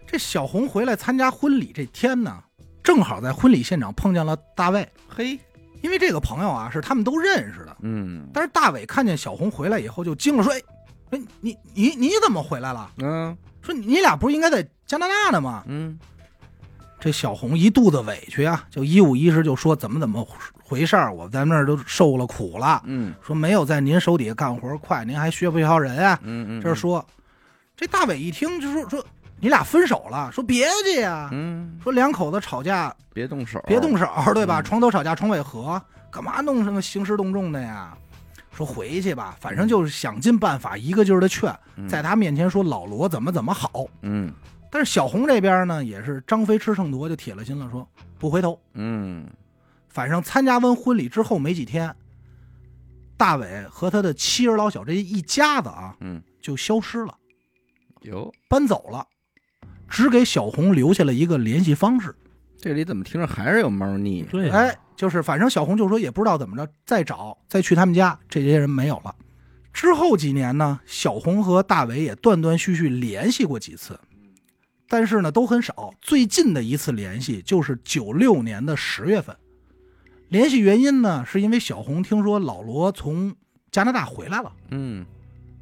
Speaker 2: 这小红回来参加婚礼这天呢，正好在婚礼现场碰见了大卫，
Speaker 1: 嘿，
Speaker 2: 因为这个朋友啊是他们都认识的。
Speaker 1: 嗯，
Speaker 2: 但是大伟看见小红回来以后就惊了，说：“哎，哎，你你你怎么回来了？
Speaker 1: 嗯，
Speaker 2: 说你你俩不是应该在加拿大呢吗？”
Speaker 1: 嗯，
Speaker 2: 这小红一肚子委屈啊，就一五一十就说怎么怎么回事儿，我在那儿都受了苦了，
Speaker 1: 嗯，
Speaker 2: 说没有在您手底下干活快，您还学不学好人啊？
Speaker 1: 嗯，
Speaker 2: 这说，这大伟一听就说说你俩分手了，说别介呀，
Speaker 1: 嗯，
Speaker 2: 说两口子吵架
Speaker 1: 别动手，
Speaker 2: 别动手，对吧？
Speaker 1: 嗯
Speaker 2: 床头吵架床尾和，干嘛弄什么兴师动众的呀？说回去吧，反正就是想尽办法，一个劲儿的劝，在，他面前说老罗怎么怎么好。
Speaker 1: 嗯，
Speaker 2: 但是小红这边呢，也是张飞吃秤砣，就铁了心了，说不回头。
Speaker 1: 嗯，
Speaker 2: 反正参加完婚礼之后没几天，大伟和他的妻儿老小这一家子啊，
Speaker 1: 嗯，
Speaker 2: 就消失了，
Speaker 1: 有，
Speaker 2: 搬走了，只给小红留下了一个联系方式。
Speaker 1: 这里怎么听着还是有猫腻？
Speaker 3: 对呀，
Speaker 2: 哎，就是反正小红就说也不知道怎么着，再找再去他们家，这些人没有了。之后几年呢，小红和大伟也断断续续联系过几次，但是呢都很少。最近的一次联系就是九六年的十月份，联系原因呢是因为小红听说老罗从加拿大回来了，
Speaker 1: 嗯，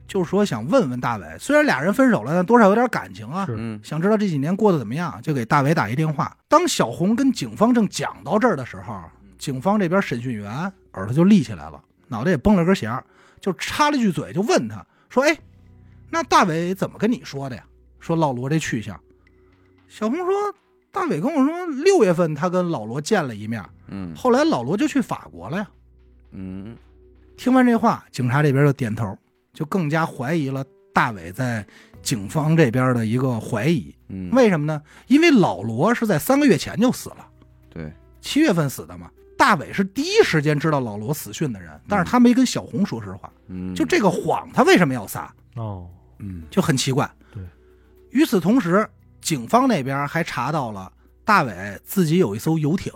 Speaker 2: 就是说想问问大伟，虽然俩人分手了，但多少有点感情啊。
Speaker 3: 是
Speaker 1: 嗯，
Speaker 2: 想知道这几年过得怎么样，就给大伟打一电话。当小红跟警方正讲到这儿的时候，警方这边审讯员耳朵就立起来了，脑袋也崩了根弦儿，就插了句嘴，就问他说：“哎，那大伟怎么跟你说的呀？说老罗这去向？”小红说：“大伟跟我说，六月份他跟老罗见了一面，
Speaker 1: 嗯，
Speaker 2: 后来老罗就去法国了呀。”
Speaker 1: 嗯，
Speaker 2: 听完这话，警察这边就点头，就更加怀疑了大伟在警方这边的一个怀疑。
Speaker 1: 嗯，
Speaker 2: 为什么呢？因为老罗是在三个月前就死了，
Speaker 1: 对，
Speaker 2: 七月份死的嘛。大伟是第一时间知道老罗死讯的人，但是他没跟小红说实话，
Speaker 1: 嗯，
Speaker 2: 就，这个谎他为什么要撒，
Speaker 3: 哦，
Speaker 1: 嗯，
Speaker 2: 就很奇怪。
Speaker 3: 对。
Speaker 2: 与此同时，警方那边还查到了大伟自己有一艘游艇，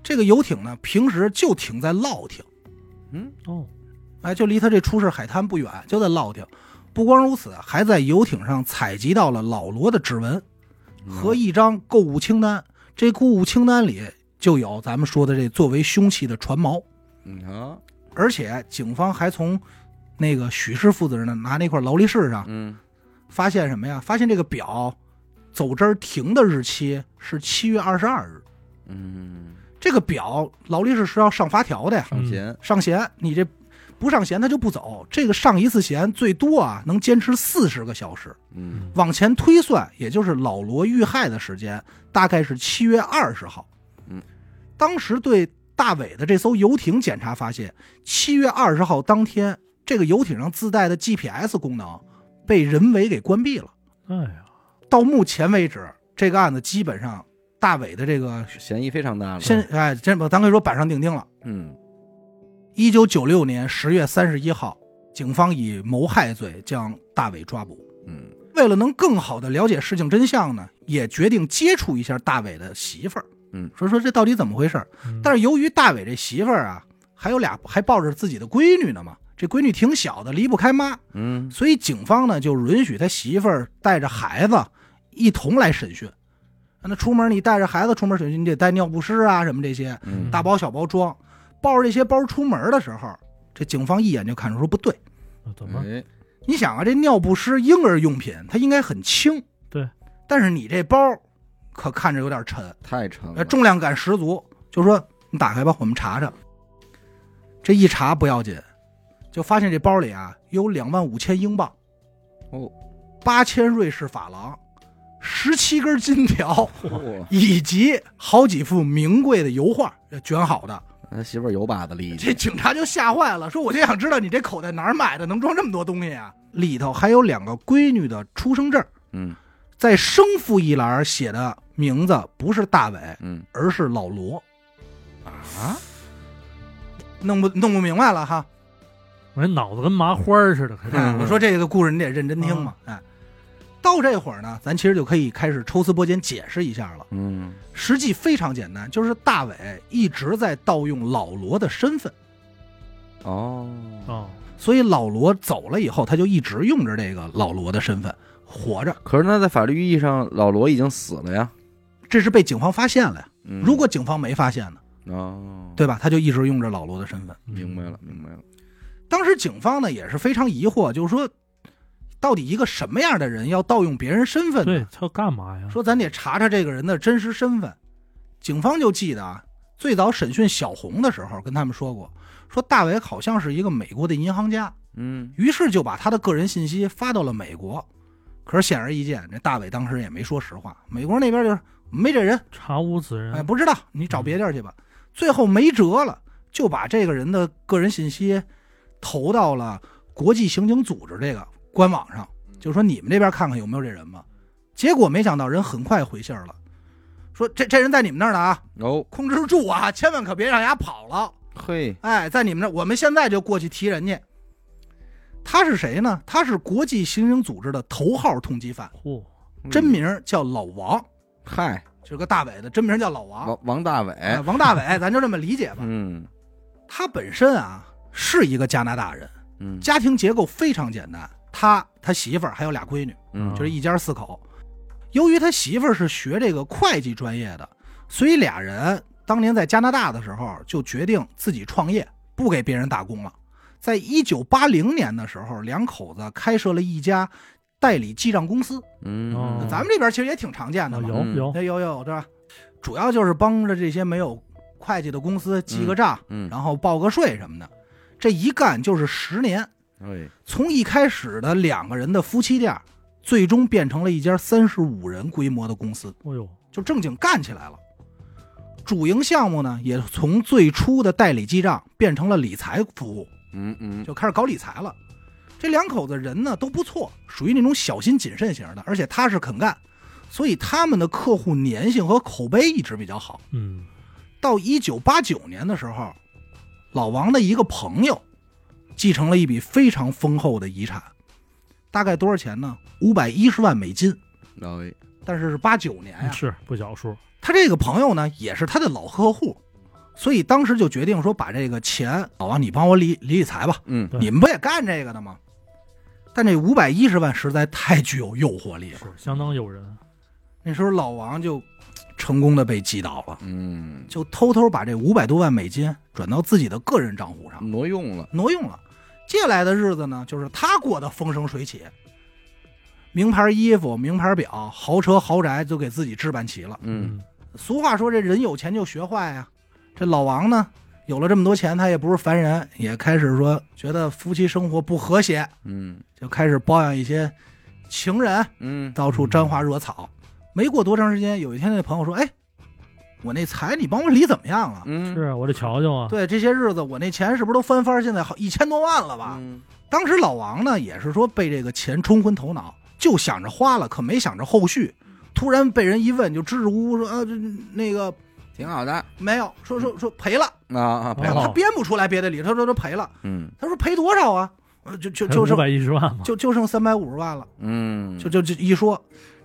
Speaker 2: 这个游艇呢平时就停在烙亭，
Speaker 1: 嗯，
Speaker 3: 哦，
Speaker 2: 哎，就离他这出事海滩不远，就在烙亭。不光如此，还在游艇上采集到了老罗的指纹，和一张购物清单。这购物清单里就有咱们说的这作为凶器的船锚，
Speaker 1: 你瞧，
Speaker 2: 而且警方还从那个许氏负责人呢拿那块劳力士上
Speaker 1: 嗯，
Speaker 2: 发现什么呀？发现这个表走针儿停的日期是七月二十二日，
Speaker 1: 嗯，
Speaker 2: 这个表劳力士是要上发条的呀，
Speaker 1: 上弦，
Speaker 2: 上弦，你这不上弦他就不走。这个上一次弦最多啊能坚持四十个小时，
Speaker 1: 嗯
Speaker 2: 往前推算，也就是老罗遇害的时间，大概是七月二十号。
Speaker 1: 嗯，
Speaker 2: 当时对大伟的这艘游艇检查发现，七月二十号当天，这个游艇上自带的 GPS 功能被人为给关闭了。
Speaker 3: 哎呀，
Speaker 2: 到目前为止，这个案子基本上大伟的这个
Speaker 1: 嫌疑非常大了。
Speaker 2: 先哎，真不，咱可以说板上钉钉了。
Speaker 1: 嗯
Speaker 2: 一九九六年十月三十一号，警方以谋害罪将大伟抓捕。
Speaker 1: 嗯
Speaker 2: 为了能更好的了解事情真相呢，也决定接触一下大伟的媳妇儿。
Speaker 1: 嗯，
Speaker 2: 说说这到底怎么回事儿？
Speaker 3: 嗯
Speaker 2: 但是由于大伟这媳妇儿啊，还有俩还抱着自己的闺女呢嘛，这闺女挺小的，离不开妈，
Speaker 1: 嗯
Speaker 2: 所以警方呢就允许他媳妇儿带着孩子一同来审讯。那出门你带着孩子出门审讯，你得带尿不湿啊什么这些。
Speaker 1: 嗯
Speaker 2: 大包小包装，抱着这些包出门的时候，这警方一眼就看出说不对。
Speaker 3: 是怎么
Speaker 1: 哎
Speaker 2: 你想啊，这尿不湿婴儿用品，它应该很轻，
Speaker 3: 对，
Speaker 2: 但是你这包可看着有点沉，
Speaker 1: 太沉
Speaker 2: 呃，
Speaker 1: 了，
Speaker 2: 重量感十足。就说你打开吧，我们查查。这一查不要紧，就发现这包里啊有两万五千英镑，
Speaker 1: 哦，
Speaker 2: 八千瑞士法郎，十七根金条，
Speaker 1: 嚯
Speaker 2: 以及好几幅名贵的油画呃卷好的。
Speaker 1: 他媳妇儿有把子力气，
Speaker 2: 这警察就吓坏了，说我就想知道你这口袋哪儿买的，能装这么多东西啊？里头还有两个闺女的出生证，
Speaker 1: 嗯
Speaker 2: 在生父一栏写的名字不是大伟，
Speaker 1: 嗯
Speaker 2: 而是老罗，
Speaker 1: 啊，
Speaker 2: 弄不弄不明白了哈？
Speaker 3: 我这脑子跟麻花儿似的，还
Speaker 2: 哎
Speaker 1: 嗯
Speaker 2: 我说这个故事你得认真听嘛，哎。到这会儿呢，咱其实就可以开始抽丝剥茧解释一下了。
Speaker 1: 嗯
Speaker 2: 实际非常简单，就是大伟一直在盗用老罗的身份，
Speaker 1: 哦，
Speaker 3: 啊，
Speaker 2: 所以老罗走了以后，他就一直用着这个老罗的身份活着。
Speaker 1: 可是那在法律意义上，老罗已经死了呀。
Speaker 2: 这是被警方发现了呀。
Speaker 1: 嗯
Speaker 2: 如果警方没发现呢，
Speaker 1: 哦，，
Speaker 2: 对吧？他就一直用着老罗的身份。
Speaker 3: 嗯
Speaker 1: 明白了，明白了，
Speaker 2: 当时警方呢也是非常疑惑，就是说，到底一个什么样的人要盗用别人身份
Speaker 3: 对
Speaker 2: 呢？
Speaker 3: 他干嘛呀？
Speaker 2: 说咱得查查这个人的真实身份。警方就记得啊，最早审讯小红的时候跟他们说过，说大伟好像是一个美国的银行家，
Speaker 1: 嗯
Speaker 2: 于是就把他的个人信息发到了美国。可是显而易见，这大伟当时也没说实话，美国那边就是没这人，
Speaker 3: 查无此人，
Speaker 2: 哎，不知道，你找别地儿去吧。最后没辙了，就把这个人的个人信息投到了国际刑警组织这个官网上，就说你们这边看看有没有这人吧。结果没想到人很快回信儿了，说这这人在你们那儿呢啊，
Speaker 1: 哦
Speaker 2: 控制住啊，千万可别让人家跑了。
Speaker 1: 嘿，
Speaker 2: 哎，在你们那儿，我们现在就过去提人去。他是谁呢？他是国际刑警组织的头号通缉犯，
Speaker 3: 嚯，
Speaker 1: 嗯
Speaker 2: 真名儿叫老王，
Speaker 1: 嗨，
Speaker 2: 就是个大伟的真名儿叫老王。
Speaker 1: 王王大伟，
Speaker 2: 哎，王大伟， 咱就这么理解吧。
Speaker 1: 嗯
Speaker 2: 他本身啊是一个加拿大人，
Speaker 1: 嗯
Speaker 2: 家庭结构非常简单，他他媳妇儿还有俩闺女，
Speaker 1: 嗯
Speaker 2: 就是一家四口。由于他媳妇儿是学这个会计专业的，所以俩人当年在加拿大的时候就决定自己创业，不给别人打工了。在一九八零年的时候，两口子开设了一家代理记账公司，
Speaker 1: 嗯，
Speaker 3: 哦
Speaker 2: 咱们这边其实也挺常见的
Speaker 3: 啊
Speaker 2: 嘛。
Speaker 3: 有有
Speaker 2: 哎有有对吧？主要就是帮着这些没有会计的公司记个账，
Speaker 1: 嗯，
Speaker 2: 然后报个税什么的，这一干就是十年。
Speaker 1: 哎，
Speaker 2: 从一开始的两个人的夫妻店，最终变成了一家三十五人规模的公司，
Speaker 3: 哎呦，
Speaker 2: 就正经干起来了。主营项目呢，也从最初的代理记账变成了理财服务，
Speaker 1: 嗯嗯
Speaker 2: 就开始搞理财了。这两口子人呢都不错，属于那种小心谨慎型的，而且踏实肯干，所以他们的客户粘性和口碑一直比较好。
Speaker 3: 嗯，
Speaker 2: 到一九八九年的时候，老王的一个朋友继承了一笔非常丰厚的遗产，大概多少钱呢？五百一十万美金，
Speaker 1: 老魏，
Speaker 2: 但是是八九年哎呀、
Speaker 3: 是不小数，
Speaker 2: 他这个朋友呢，也是他的老客户，所以当时就决定说，把这个钱，老王你帮我理理理财吧，
Speaker 1: 嗯
Speaker 3: 对
Speaker 2: 你们不也干这个的吗？但这五百一十万实在太具有诱惑力了。
Speaker 3: 是相当诱人，
Speaker 2: 那时候老王就成功的被击倒了，
Speaker 1: 嗯，
Speaker 2: 就偷偷把这五百多万美金转到自己的个人账户上。
Speaker 1: 挪用了，
Speaker 2: 挪用了。接下来的日子呢，就是他过得风生水起，名牌衣服、名牌表、豪车、豪宅就给自己置办齐了。
Speaker 1: 嗯，
Speaker 2: 俗话说，这人有钱就学坏呀、啊这老王呢，有了这么多钱，他也不是凡人，也开始说觉得夫妻生活不和谐，
Speaker 1: 嗯
Speaker 2: 就开始包养一些情人，
Speaker 1: 嗯
Speaker 2: 到处沾花惹草。没过多长时间，有一天那朋友说：“哎，我那财你帮我理怎么样了？
Speaker 1: 嗯
Speaker 3: 是我得瞧瞧啊，
Speaker 2: 对，这些日子我那钱是不是都翻番儿？现在好一千多万了吧？”
Speaker 1: 嗯
Speaker 2: 当时老王呢，也是说被这个钱冲昏头脑，就想着花了，可没想着后续。突然被人一问，就支支吾吾说：“啊，这那个
Speaker 1: 挺好的
Speaker 2: 没有，说说说赔了。
Speaker 1: 啊啊，
Speaker 3: 哦
Speaker 1: 赔了
Speaker 2: 他编不出来别的理由，他说他赔了。
Speaker 1: 嗯
Speaker 2: 他说赔多少啊？呃就就就
Speaker 3: 五
Speaker 2: 剩
Speaker 3: 百一十万嘛，
Speaker 2: 就就剩三百五十万了。
Speaker 1: 嗯，
Speaker 2: 就就就一说，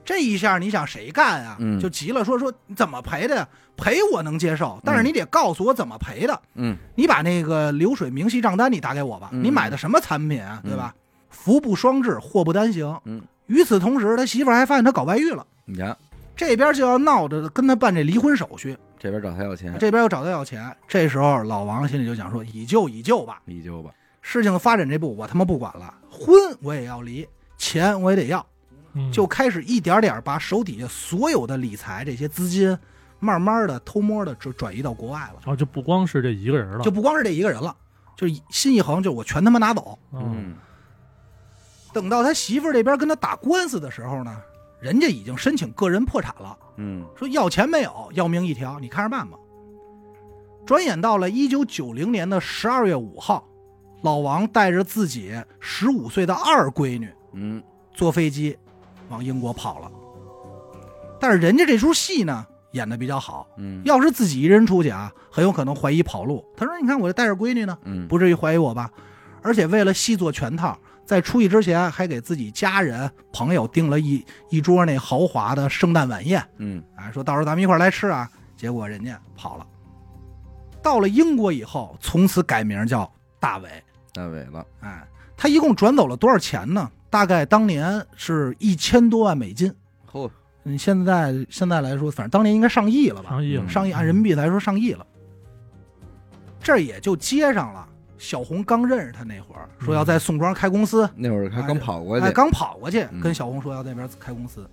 Speaker 2: 这一下你想谁干啊？
Speaker 1: 嗯
Speaker 2: 就急了，说说你怎么赔的呀？赔我能接受，但是你得告诉我怎么赔的。
Speaker 1: 嗯
Speaker 2: 你把那个流水明细账单你打给我吧，
Speaker 1: 嗯
Speaker 2: 你买的什么产品啊，
Speaker 1: 嗯
Speaker 2: 对吧？福不双至，祸不单行。
Speaker 1: 嗯，
Speaker 2: 与此同时，他媳妇儿还发现他搞外遇了，
Speaker 1: 你瞧
Speaker 2: 这边就要闹着跟他办这离婚手续，
Speaker 1: 这边找他要钱，
Speaker 2: 这边又找他要钱。这时候老王心里就想说：以旧以旧吧，
Speaker 1: 你就吧，
Speaker 2: 事情发展这步我他妈不管了，婚我也要离，钱我也得要，
Speaker 3: 嗯
Speaker 2: 就开始一点点把手底下所有的理财这些资金，慢慢的偷摸的就转移到国外了。
Speaker 3: 然哦后就不光是这一个人了，
Speaker 2: 就不光是这一个人了，就是一心一横，就我全他妈拿走。
Speaker 3: 嗯
Speaker 1: 嗯
Speaker 2: 等到他媳妇儿这边跟他打官司的时候呢，人家已经申请个人破产了，
Speaker 1: 嗯
Speaker 2: 说要钱没有，要命一条，你看着办吧。转眼到了一九九零年的十二月五号，老王带着自己十五岁的二闺女
Speaker 1: 嗯
Speaker 2: 坐飞机往英国跑了。但是人家这出戏呢演的比较好，
Speaker 1: 嗯
Speaker 2: 要是自己一人出去啊，很有可能怀疑跑路。他说：“你看我这带着闺女呢，
Speaker 1: 嗯
Speaker 2: 不至于怀疑我吧？而且为了细做全套，在出去之前还给自己家人朋友订了一一桌那豪华的圣诞晚宴，
Speaker 1: 嗯
Speaker 2: 啊，说到时候咱们一块儿来吃啊。结果人家跑了。到了英国以后，从此改名叫大伟。
Speaker 1: 大伟了，
Speaker 2: 哎，他一共转走了多少钱呢？大概当年是一千多万美金。
Speaker 1: 嚯，
Speaker 2: 嗯，现在现在来说，反正当年应该上亿了吧？
Speaker 3: 上
Speaker 1: 嗯
Speaker 3: 亿了，
Speaker 2: 上亿按人民币来说上亿了。这儿也就接上了小红刚认识他那会儿，说
Speaker 1: 嗯
Speaker 2: 要在宋庄开公司，
Speaker 1: 那会儿还刚跑过去
Speaker 2: 哎，，刚跑过去
Speaker 1: 嗯
Speaker 2: 跟小红说要那边开公司。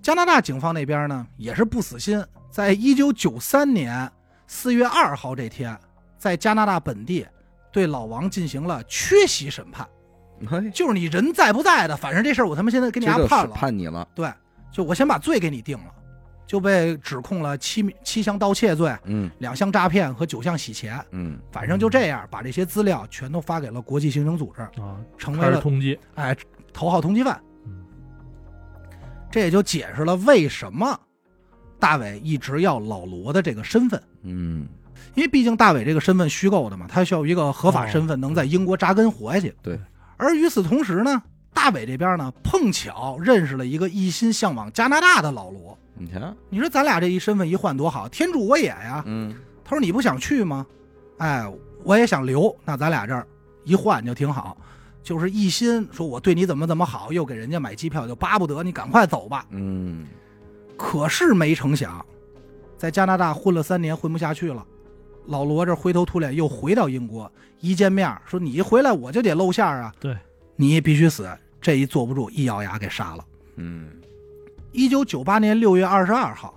Speaker 2: 加拿大警方那边呢也是不死心，在一九九三年四月二号这天，在加拿大本地对老王进行了缺席审判，
Speaker 1: 嘿，
Speaker 2: 就是你人在不在的，反正这事儿我他妈现在给
Speaker 1: 这
Speaker 2: 你丫
Speaker 1: 就
Speaker 2: 判
Speaker 1: 是
Speaker 2: 了，
Speaker 1: 判你了，
Speaker 2: 对，就我先把罪给你定了，就被指控了七七项盗窃罪，
Speaker 1: 嗯
Speaker 2: 两项诈骗和九项洗钱，
Speaker 1: 嗯
Speaker 2: 反正就这样，把这些资料全都发给了国际刑警组织，
Speaker 3: 啊，
Speaker 2: 嗯成为
Speaker 3: 开始
Speaker 2: 了
Speaker 3: 通缉，
Speaker 2: 哎头号通缉犯
Speaker 3: 嗯。
Speaker 2: 这也就解释了为什么大伟一直要老罗的这个身份，
Speaker 1: 嗯，
Speaker 2: 因为毕竟大伟这个身份虚构的嘛，他需要一个合法
Speaker 3: 哦
Speaker 2: 身份能在英国扎根活下去。
Speaker 1: 对。
Speaker 2: 而与此同时呢，大伟这边呢碰巧认识了一个一心向往加拿大的老罗。
Speaker 1: 你瞧，
Speaker 2: 你说咱俩这一身份一换多好，天助我也呀！
Speaker 1: 嗯
Speaker 2: 他说：“你不想去吗？”哎，我也想留，那咱俩这儿一换就挺好。就是一心说我对你怎么怎么好，又给人家买机票，就巴不得你赶快走吧。
Speaker 1: 嗯
Speaker 2: 可是没成想，在加拿大混了三年，混不下去了。老罗这灰头土脸又回到英国，一见面说：“你一回来我就得露馅儿啊！”
Speaker 3: 对，
Speaker 2: 你必须死。这一坐不住，一咬牙给杀了。
Speaker 1: 嗯
Speaker 2: 一九九八年六月二十二号，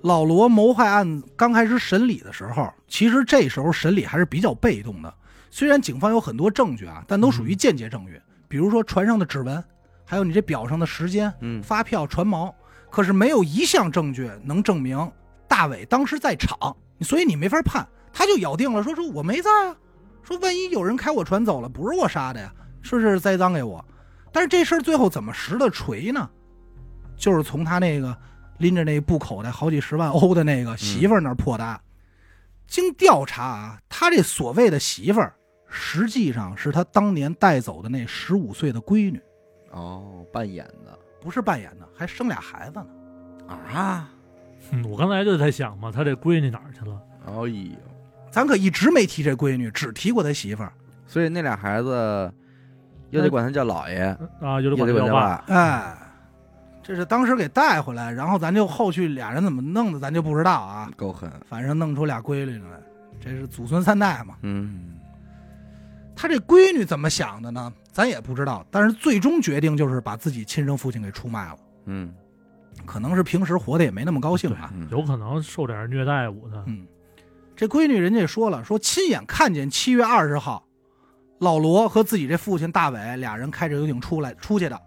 Speaker 2: 老罗谋害案刚开始审理的时候，其实这时候审理还是比较被动的。虽然警方有很多证据啊，但都属于间接证据，比如说船上的指纹，还有你这表上的时间、
Speaker 1: 嗯
Speaker 2: 发票、船锚，可是没有一项证据能证明大伟当时在场，所以你没法判。他就咬定了说说我没在啊，说万一有人开我船走了，不是我杀的呀，说是栽赃给我。但是这事儿最后怎么实的锤呢？就是从他那个拎着那布口袋好几十万欧的那个媳妇儿那儿破的案。经调查啊，他这所谓的媳妇儿，实际上是他当年带走的那十五岁的闺女，
Speaker 1: 哦，扮演的
Speaker 2: 不是扮演的，还生俩孩子呢。
Speaker 1: 啊，
Speaker 3: 嗯，我刚才就在想嘛，他这闺女哪儿去了？
Speaker 1: 哎呦，
Speaker 2: 咱可一直没提这闺女，只提过他媳妇儿。
Speaker 1: 所以那俩孩子又得管他叫老爷，
Speaker 3: 啊，有
Speaker 1: 又
Speaker 3: 点管
Speaker 1: 得管他
Speaker 3: 叫爸，
Speaker 1: 爸，
Speaker 2: 哎，这是当时给带回来，然后咱就后续俩人怎么弄的，咱就不知道啊。
Speaker 1: 够狠，
Speaker 2: 反正弄出俩闺女来，这是祖孙三代嘛。
Speaker 1: 嗯
Speaker 2: 他这闺女怎么想的呢？咱也不知道，但是最终决定就是把自己亲生父亲给出卖了。
Speaker 1: 嗯
Speaker 2: 可能是平时活得也没那么高兴啊。
Speaker 1: 嗯，啊
Speaker 3: 有可能受点虐待我的，
Speaker 2: 嗯，这闺女人家也说了，说亲眼看见七月二十号，老罗和自己这父亲大伟俩人开着游艇出来出去的，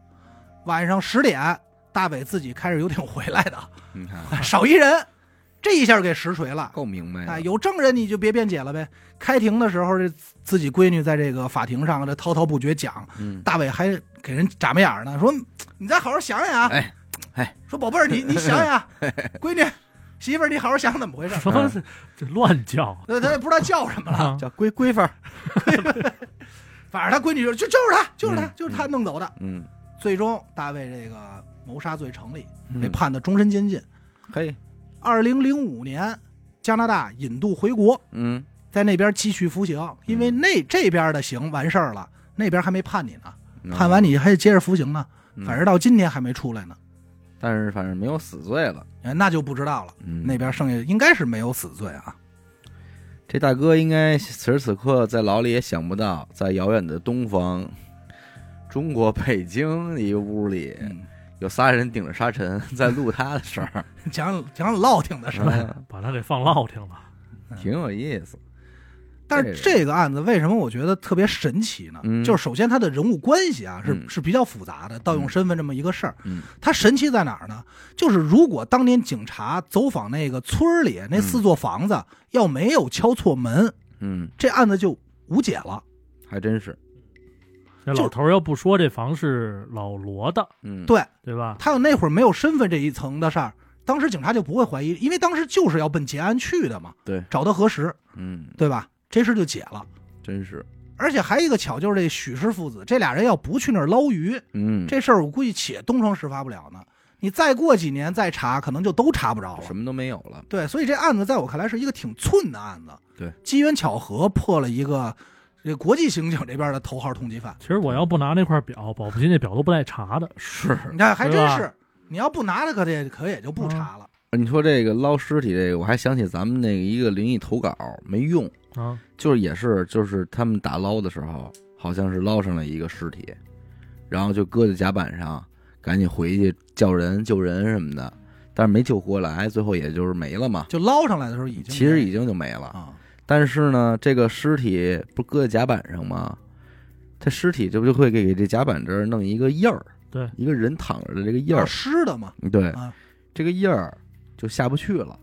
Speaker 2: 晚上十点，大伟自己开着游艇回来 的，
Speaker 1: 你看
Speaker 2: 少一人，这一下给实锤了。
Speaker 1: 够明白
Speaker 2: 哎，
Speaker 1: 的，
Speaker 2: 有证人你就别辩解了呗。开庭的时候，这自己闺女在这个法庭上这滔滔不绝讲，
Speaker 1: 嗯，
Speaker 2: 大伟还给人眨巴眼儿呢，说你再好好想想啊，
Speaker 1: 哎哎，
Speaker 2: 说宝贝儿你你想 想，闺女媳妇儿你好好想想怎么回事儿。
Speaker 3: 什么是这乱叫
Speaker 2: 呃，他也不知道叫什么了，
Speaker 3: 啊？
Speaker 1: 叫规规范儿，
Speaker 2: 反正他闺女就就就是他，就是他，
Speaker 1: 嗯
Speaker 2: 就是他弄走的。
Speaker 1: 嗯，
Speaker 2: 最终，大卫这个谋杀罪成立，被
Speaker 1: 嗯
Speaker 2: 判的终身监禁。
Speaker 1: 嘿，
Speaker 2: 二零零五年，加拿大引渡回国，
Speaker 1: 嗯，
Speaker 2: 在那边继续服刑，因为
Speaker 1: 嗯
Speaker 2: 那这边的刑完事儿了，那边还没判你呢，
Speaker 1: 嗯
Speaker 2: 判完，你还得接着服刑呢，
Speaker 1: 嗯
Speaker 2: 反正到今天还没出来呢，
Speaker 1: 但是反正没有死罪了，
Speaker 2: 哎那就不知道了。
Speaker 1: 嗯，
Speaker 2: 那边剩下应该是没有死罪啊，
Speaker 1: 这大哥应该此时此刻在牢里也想不到，在遥远的东方，中国北京的一个屋里，
Speaker 2: 嗯
Speaker 1: 有仨人顶着沙尘在录他的事 儿，
Speaker 2: 嗯讲讲落挺的事儿。
Speaker 1: 嗯
Speaker 3: 把他给放落听了，
Speaker 1: 挺有意思。
Speaker 2: 但是这个案子为什么我觉得特别神奇呢？
Speaker 1: 嗯
Speaker 2: 就是首先他的人物关系啊是、
Speaker 1: 嗯
Speaker 2: 是比较复杂的，盗用身份这么一个事儿，
Speaker 1: 嗯
Speaker 2: 它神奇在哪儿呢？就是如果当年警察走访那个村儿里那四座房子，要没有敲错门，
Speaker 1: 嗯，
Speaker 2: 这案子就无解了。
Speaker 1: 还真是。
Speaker 3: 这
Speaker 2: 就
Speaker 3: 老头儿要不说这房是老罗的，
Speaker 1: 嗯，
Speaker 2: 对
Speaker 3: 对吧？
Speaker 2: 他有那会儿没有身份这一层的事儿，当时警察就不会怀疑，因为当时就是要奔结案去的嘛，
Speaker 1: 对，
Speaker 2: 找到核实，
Speaker 1: 嗯，
Speaker 2: 对吧？这事就解了。
Speaker 1: 真是。
Speaker 2: 而且还有一个巧，就是这许氏父子这俩人要不去那儿捞鱼，
Speaker 1: 嗯，
Speaker 2: 这事儿我估计且东窗事发不了呢。你再过几年再查，可能就都查不着了
Speaker 1: 什。么都没有了。
Speaker 2: 对，所以这案子在我看来是一个挺寸的案子。
Speaker 1: 对，
Speaker 2: 机缘巧合破了一个这国际刑警这边的头号通缉犯。
Speaker 3: 其实我要不拿那块表，保不齐那表都不带查的。啊
Speaker 1: 是，嗯
Speaker 2: 你看，还真
Speaker 3: 对
Speaker 2: 是，你要不拿了，可得可也就不查了。
Speaker 1: 你说这个捞尸体这个，我还想起咱们那个一个灵异投稿没用，
Speaker 3: 啊，
Speaker 1: 就是也是就是他们打捞的时候，好像是捞上了一个尸体，然后就搁在甲板上，赶紧回去叫人救人什么的，但是没救过来，最后也就是没了嘛。
Speaker 2: 就捞上来的时候已经
Speaker 1: 其实已
Speaker 2: 经
Speaker 1: 经就没了，
Speaker 2: 啊，
Speaker 1: 但是呢，这个尸体不搁在甲板上吗？这尸体这不就会给这甲板这儿弄一个印儿，
Speaker 3: 对，
Speaker 1: 一个人躺着的这个印
Speaker 2: 要
Speaker 1: 儿，
Speaker 2: 湿的嘛。
Speaker 1: 对
Speaker 2: 啊，
Speaker 1: 这个印儿就下不去了，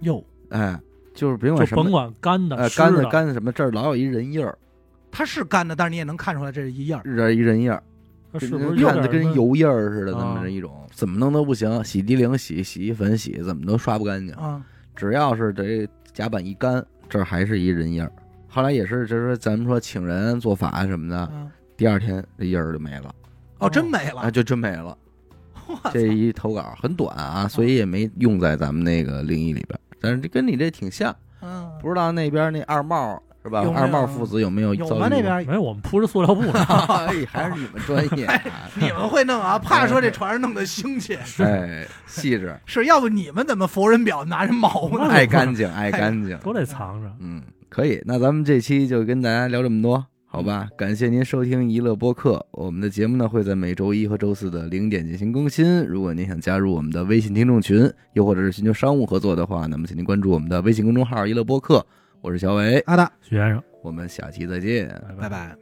Speaker 2: 哟，
Speaker 1: 哎，就是甭管
Speaker 3: 就
Speaker 1: 什
Speaker 3: 甭
Speaker 1: 么，
Speaker 3: 管干的、
Speaker 1: 呃，
Speaker 3: 湿
Speaker 1: 干的干的什么，这儿老有一人印儿，
Speaker 2: 它是干的，但是你也能看出来这是一样。
Speaker 1: 这儿一人印儿，
Speaker 3: 它是不是有
Speaker 1: 看
Speaker 3: 点
Speaker 1: 着跟
Speaker 3: 什么
Speaker 1: 油印儿似的，
Speaker 3: 啊
Speaker 1: 那么一种，怎么弄都不行，洗涤灵洗、洗衣粉洗，怎么都刷不干净。
Speaker 2: 啊，
Speaker 1: 只要是这甲板一干，这儿还是一人印儿。后来也是，就是咱们说请人做法什么的，
Speaker 2: 啊
Speaker 1: 第二天这印儿就没了，
Speaker 2: 哦，真没了
Speaker 1: 啊，。就真没了。
Speaker 2: 我操
Speaker 1: 这一投稿很短啊，所以也没用在咱们那个灵异里边，但是这跟你这挺像，
Speaker 2: 嗯，
Speaker 1: 不知道那边那二茂是吧？
Speaker 2: 有没有
Speaker 1: 二茂父子有没有
Speaker 2: 有
Speaker 1: 遭遇
Speaker 2: 吗？那边
Speaker 3: 哦 没有，我们铺着塑料布呢。
Speaker 1: 哎，还是你们专业啊，
Speaker 2: 你们会 弄啊？怕说这船上弄得腥气，
Speaker 1: 哎，细致，
Speaker 2: 是要不你们怎么佛人表拿人毛呢？
Speaker 1: 爱干净，爱干净，
Speaker 3: 都得藏着。
Speaker 1: 嗯，可以。那咱们这期就跟大家聊这么多，好吧？感谢您收听娱乐播客，我们的节目呢会在每周一和周四的零点进行更新。如果您想加入我们的微信听众群，又或者是寻求商务合作的话，那么请您关注我们
Speaker 2: 啊
Speaker 1: 的微信公众号“娱乐播客”。我是小伟，
Speaker 2: 阿达，
Speaker 3: 徐先生，
Speaker 1: 我们下期再见。
Speaker 2: 拜拜。